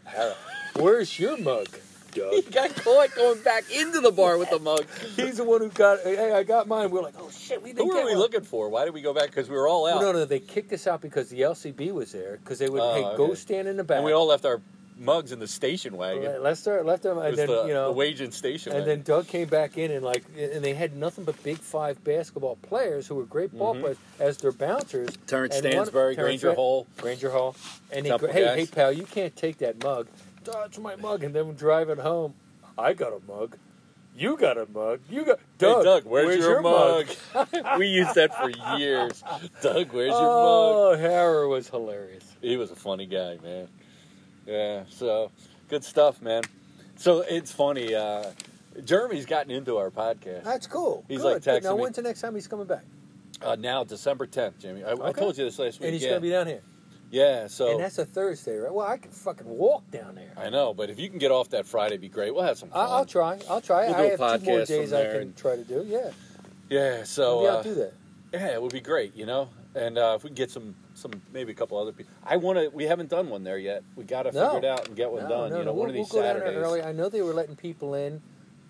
B: Where's your mug, Doug?
D: He got caught going back into the bar with the mug.
A: *laughs*
B: He's the one who got. Hey, I got mine. We're like, oh shit, we didn't
A: Who
B: get
A: were we
B: one."
A: looking for? Why did we go back? Because we were all out.
B: No, no, they kicked us out because the LCB was there because they would
A: Oh,
B: hey go
A: okay.
B: stand in the back.
A: And we all left our mugs in the station wagon.
B: Le- let's start left them
A: It
B: and
A: was
B: then
A: the,
B: you
A: the
B: know
A: wage and station.
B: and then
A: wagon.
B: Doug came back in and like and they had nothing but big five basketball players who were great ball
A: Mm-hmm.
B: players as their bouncers.
A: Terrence
B: And one-
A: Stansbury,
B: Terrence
A: Granger
B: Stan-
A: Hall.
B: Granger Hall, and he
A: Couple
B: go, hey
A: guys.
B: hey pal, you can't take that mug. Dodge my mug, and then driving home, I got a mug. You got a mug. You got Doug.
A: hey, Doug, where's, your, mug?
B: *laughs*
A: we used that for years. Doug, where's your mug?
B: oh, Harrow was hilarious.
A: He was a funny guy, man. Yeah, so good stuff, man. So it's funny. Uh, Jeremy's gotten into our podcast
B: That's cool.
A: He's,
B: Good.
A: like, texting
B: Now,
A: me.
B: when's the next time he's coming back?
A: uh, now, December 10th, Jimmy. I, I
B: Okay.
A: told you this last week.
B: And he's
A: yeah.
B: gonna be down here.
A: yeah, so
B: And that's a Thursday, right? Well, I can fucking walk down there.
A: I know, but if you can get off that Friday, it'd be great. We'll have some
B: I,
A: fun.
B: I'll try. I'll try.
A: We'll do
B: I
A: a
B: have two more
A: podcast
B: days
A: from
B: I
A: there
B: can
A: and-
B: try to do. Yeah,
A: yeah, so
B: maybe
A: uh,
B: I'll do that.
A: Yeah, it would be great, you know. And uh, if we can get some, some maybe a couple other people. I want to. We haven't done one there yet. We got to
B: No.
A: figure it out and get one
B: no,
A: done.
B: no,
A: you know,
B: no.
A: one
B: We'll,
A: of these
B: we'll go
A: Saturdays.
B: down there early. I know they were letting people in.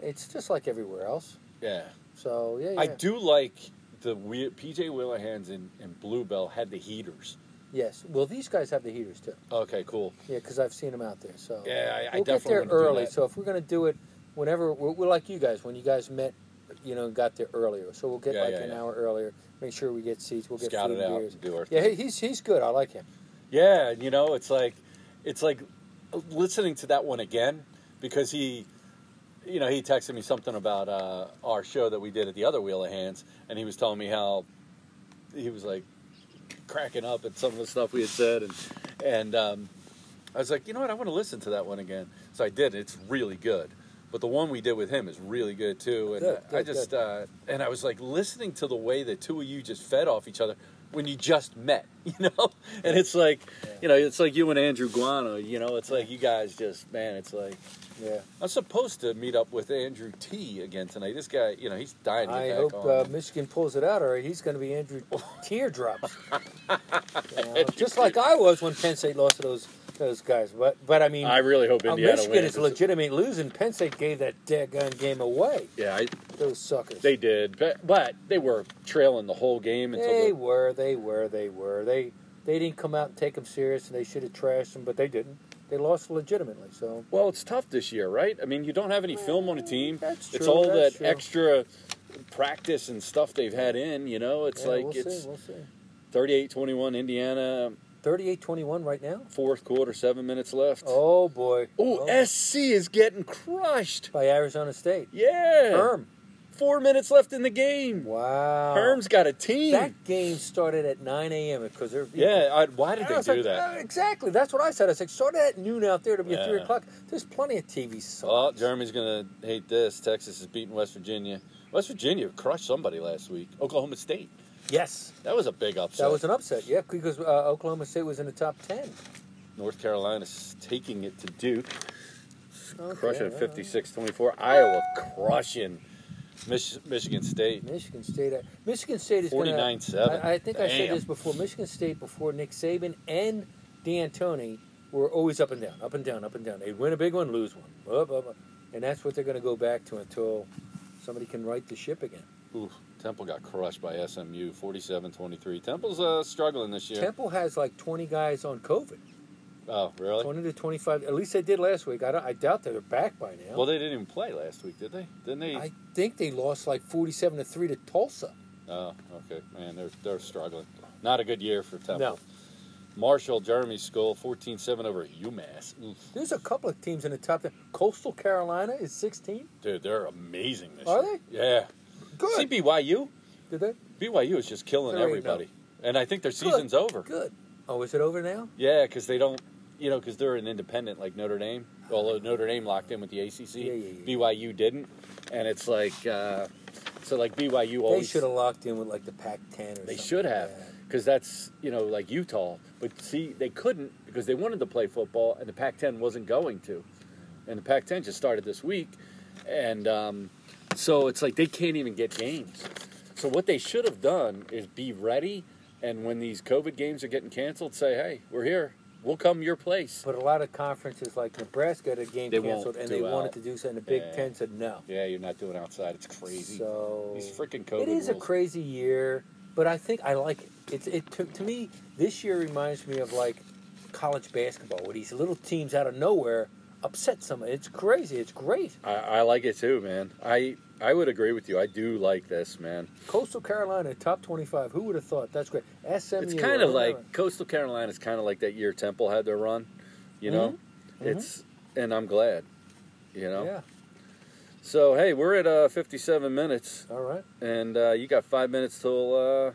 B: It's just like everywhere else.
A: Yeah.
B: So yeah, yeah.
A: I do like the we PJ Willihan's and, and Bluebell had the heaters.
B: Yes. Well, these guys have the heaters too.
A: Okay, cool.
B: Yeah, because I've seen them out there. So
A: Yeah, I- I definitely
B: we'll get
A: wanna do
B: there early.
A: that.
B: So if we're gonna do it, whenever we're, we're like you guys when you guys met, you know, got there earlier. So we'll get
A: Yeah,
B: like
A: yeah,
B: an
A: yeah.
B: hour earlier. Make sure we get seats. We'll get
A: Scout
B: food
A: it out
B: beers.
A: and do our
B: Yeah,
A: thing.
B: he- he's he's good. I like him.
A: Yeah, you know, it's like it's like uh, listening to that one again because he you know, he texted me something about uh, our show that we did at the other Wheel of Hands and he was telling me how he was like cracking up at some of the stuff we had said and and um, I was like, you know what, I want to listen to that one again. So I did, and it's really good. But the one we did with him is really good too. And
B: Good,
A: I
B: good,
A: just
B: good.
A: uh, and I was like listening to the way the two of you just fed off each other when you just met, *laughs* you know? And it's like you know, it's like you and Andrew Guano, you know, it's like you guys just man, it's like
B: Yeah.
A: I'm supposed to meet up with Andrew T again tonight. This guy, you know, he's dying to get
B: I
A: back
B: hope
A: on.
B: uh, Michigan pulls it out, or he's going to
A: *laughs*
B: be Andrew Teardrops. You know, just like I was when Penn State lost to those those guys. But but I mean,
A: I really hope
B: uh,
A: Indiana
B: Michigan
A: wins.
B: is legitimate losing. Penn State gave that daggone game away.
A: Yeah, I,
B: Those suckers.
A: they did, but, but they were trailing the whole game until
B: They
A: the
B: were, they were, they were. They they didn't come out and take them serious, and they should have trashed them, but they didn't. They lost legitimately. So
A: Well, it's tough this year, right? I mean, you don't have any film on a team.
B: That's
A: It's
B: true,
A: all
B: that's
A: that
B: true.
A: extra practice and stuff they've had in. You know, it's
B: Yeah,
A: like
B: we'll
A: it's
B: see, we'll see.
A: thirty-eight twenty-one Indiana,
B: 38 21 right now.
A: fourth quarter, seven minutes left.
B: Oh boy.
A: Ooh,
B: Oh,
A: SC is getting crushed.
B: by Arizona State.
A: Yeah.
B: Herm.
A: Four minutes left in the game.
B: Wow.
A: Herm's got a team.
B: That game started at 9 a.m. because they're
A: yeah, I, why
B: And
A: did
B: I
A: they
B: was
A: do
B: like,
A: that?
B: "Oh, exactly. That's what I said. I said, start at noon out there to be at 3
A: Yeah.
B: o'clock. There's plenty of TV
A: Oh,
B: songs.
A: Jeremy's gonna hate this. Texas is beating West Virginia. West Virginia crushed somebody last week. Oklahoma State.
B: yes.
A: That was a big upset.
B: That was an upset, yeah, because uh, Oklahoma State was in the top 10.
A: North Carolina's taking it to Duke,
B: Okay,
A: crushing
B: all right.
A: 56-24. Iowa crushing Mich- Michigan State
B: Michigan State. uh, Michigan State is going
A: 49-7.
B: I, I think I said
A: Damn.
B: this before. Michigan State, before Nick Saban and D'Antoni, were always up and down, up and down, up and down. They'd win a big one, lose one, up, up, up. and that's what they're going to go back to until somebody can right the ship again.
A: Ooh, Temple got crushed by SMU 47-23. Temple's uh, struggling this year.
B: Temple has like 20 guys on COVID,
A: oh, really?
B: 20 to 25. At least they did last week. I, don't, I doubt they're back by now.
A: Well, they didn't even play last week, did they? Didn't they?
B: I think they lost like 47 to three to Tulsa.
A: Oh, okay. Man, they're they're struggling. Not a good year for Temple.
B: No.
A: Marshall, Jeremy's school, 14-7 over UMass. Oof.
B: There's a couple of teams in the top 10. Coastal Carolina is 16.
A: Dude, they're amazing this
B: Are
A: year. Yeah. See BYU?
B: Did they?
A: BYU is just killing
B: They're eight and
A: everybody. And I think their season's over.
B: Good. Oh, is it over now?
A: Yeah, because they don't, you know, because they're an independent like Notre Dame. Although Notre Dame locked in with the ACC,
B: Yeah, yeah, yeah.
A: BYU didn't, and it's like, uh, so like BYU
B: They
A: always
B: should have locked in with like the Pac-10 or something.
A: They should have,
B: like that.
A: because that's you know like Utah. But see, they couldn't because they wanted to play football, and the Pac-10 wasn't going to. And the Pac-10 just started this week, and um, so it's like they can't even get games. So what they should have done is be ready, and when these COVID games are getting canceled, say, "Hey, we're here. We'll come your place."
B: But a lot of conferences like Nebraska had a game
A: They won't
B: canceled and
A: do
B: they
A: out.
B: wanted to do so, and the Big
A: Yeah.
B: Ten said no.
A: Yeah, you're not doing outside. It's crazy.
B: So
A: These freaking COVID
B: it is a
A: rules.
B: crazy year, but I think I like it. It's it to, to me this year reminds me of like college basketball where these little teams out of nowhere upset someone. It's crazy. It's great.
A: I, I like it too, man. I I would agree with you. I do like this, man.
B: Coastal Carolina top twenty-five. Who would have thought? That's great. SMU.
A: It's
B: or
A: kind of
B: whatever.
A: like Coastal Carolina is kind of like that year Temple had their run, you know. It's and I'm glad, you know.
B: Mm-hmm. yeah.
A: So hey, we're at uh, 57 minutes,
B: All right.
A: and uh, you got five minutes till uh,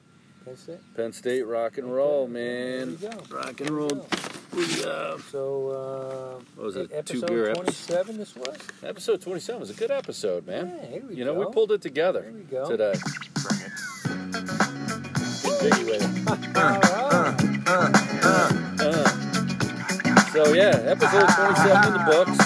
B: That's it.
A: Penn State rock and roll,
B: There
A: man.
B: you go.
A: Rock and roll. We, uh,
B: So, uh,
A: What was it,
B: episode
A: two-beer episode?
B: 27 this was?
A: episode 27 was a good episode, man.
B: Yeah, here we
A: you know,
B: go.
A: we pulled it together
B: There we go.
A: today. Big Biggie with it.
B: All right.
A: Uh, so yeah, episode 27 in the books.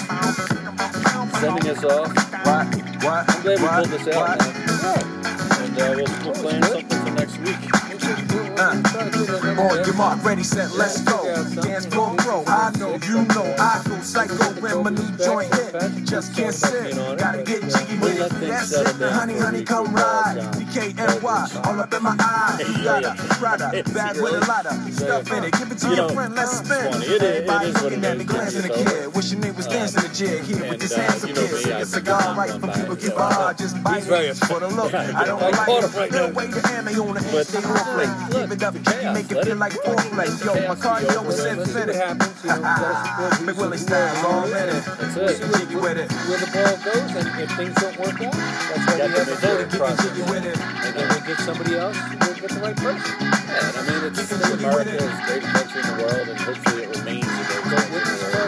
A: Sending us off.
E: What? What?
A: I'm glad we
E: what,
A: pulled this out,
E: what?
A: man.
B: Yeah.
A: And uh, we'll, we'll plan something for next week.
B: We're just doing- we're
E: Uh,
B: trying to do that next
E: On
B: episode.
E: your mark, ready, set, let's go. Dance floor pro, I know, you know, I go psycho when my new joint hit. Just can't sit, gotta get jiggy with it. That's it, honey, honey, come ride. DKNY, all up in my eye. Yada, Prada, bag with a lot of stuff in it. Give it to your friend, let's spin. Everybody looking at me, glancing a kid. Wishing they was dancing a jig here with this handsome kid. Stick a cigar right from people keep on, just biting for the look. I don't like it. No way to ammo on the
A: But-
E: inch, they all play. Give it up,
A: Yeah,
E: make it
A: let
E: feel
A: it-
E: like foreplay. Yo, my cardio is
B: Let's see what
E: infinite.
B: happens. You know, we gotta support
E: Big Ah, Willie
B: who's-
E: style's all in it.
A: That's
B: Let's see
A: it.
B: where,
E: Jiggy with it.
B: where the ball goes, and if things don't work out, that's
A: Yeah, but
B: why we have
A: they don't get
B: a voting
E: Jiggy
B: process.
E: with it.
B: And then we get somebody else, we'll get the right person.
A: Yeah, and I mean, it's America is the greatest country in the world, and hopefully it remains the greatest country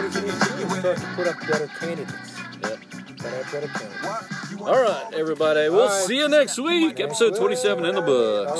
A: in
B: We're
A: the
B: starting to start to put up better candidates.
A: world.
B: Better, better candidates.
E: What? You
A: Yeah.
E: want
A: All right, everybody. We'll
B: All right.
A: see you next week. Episode 27 in the books.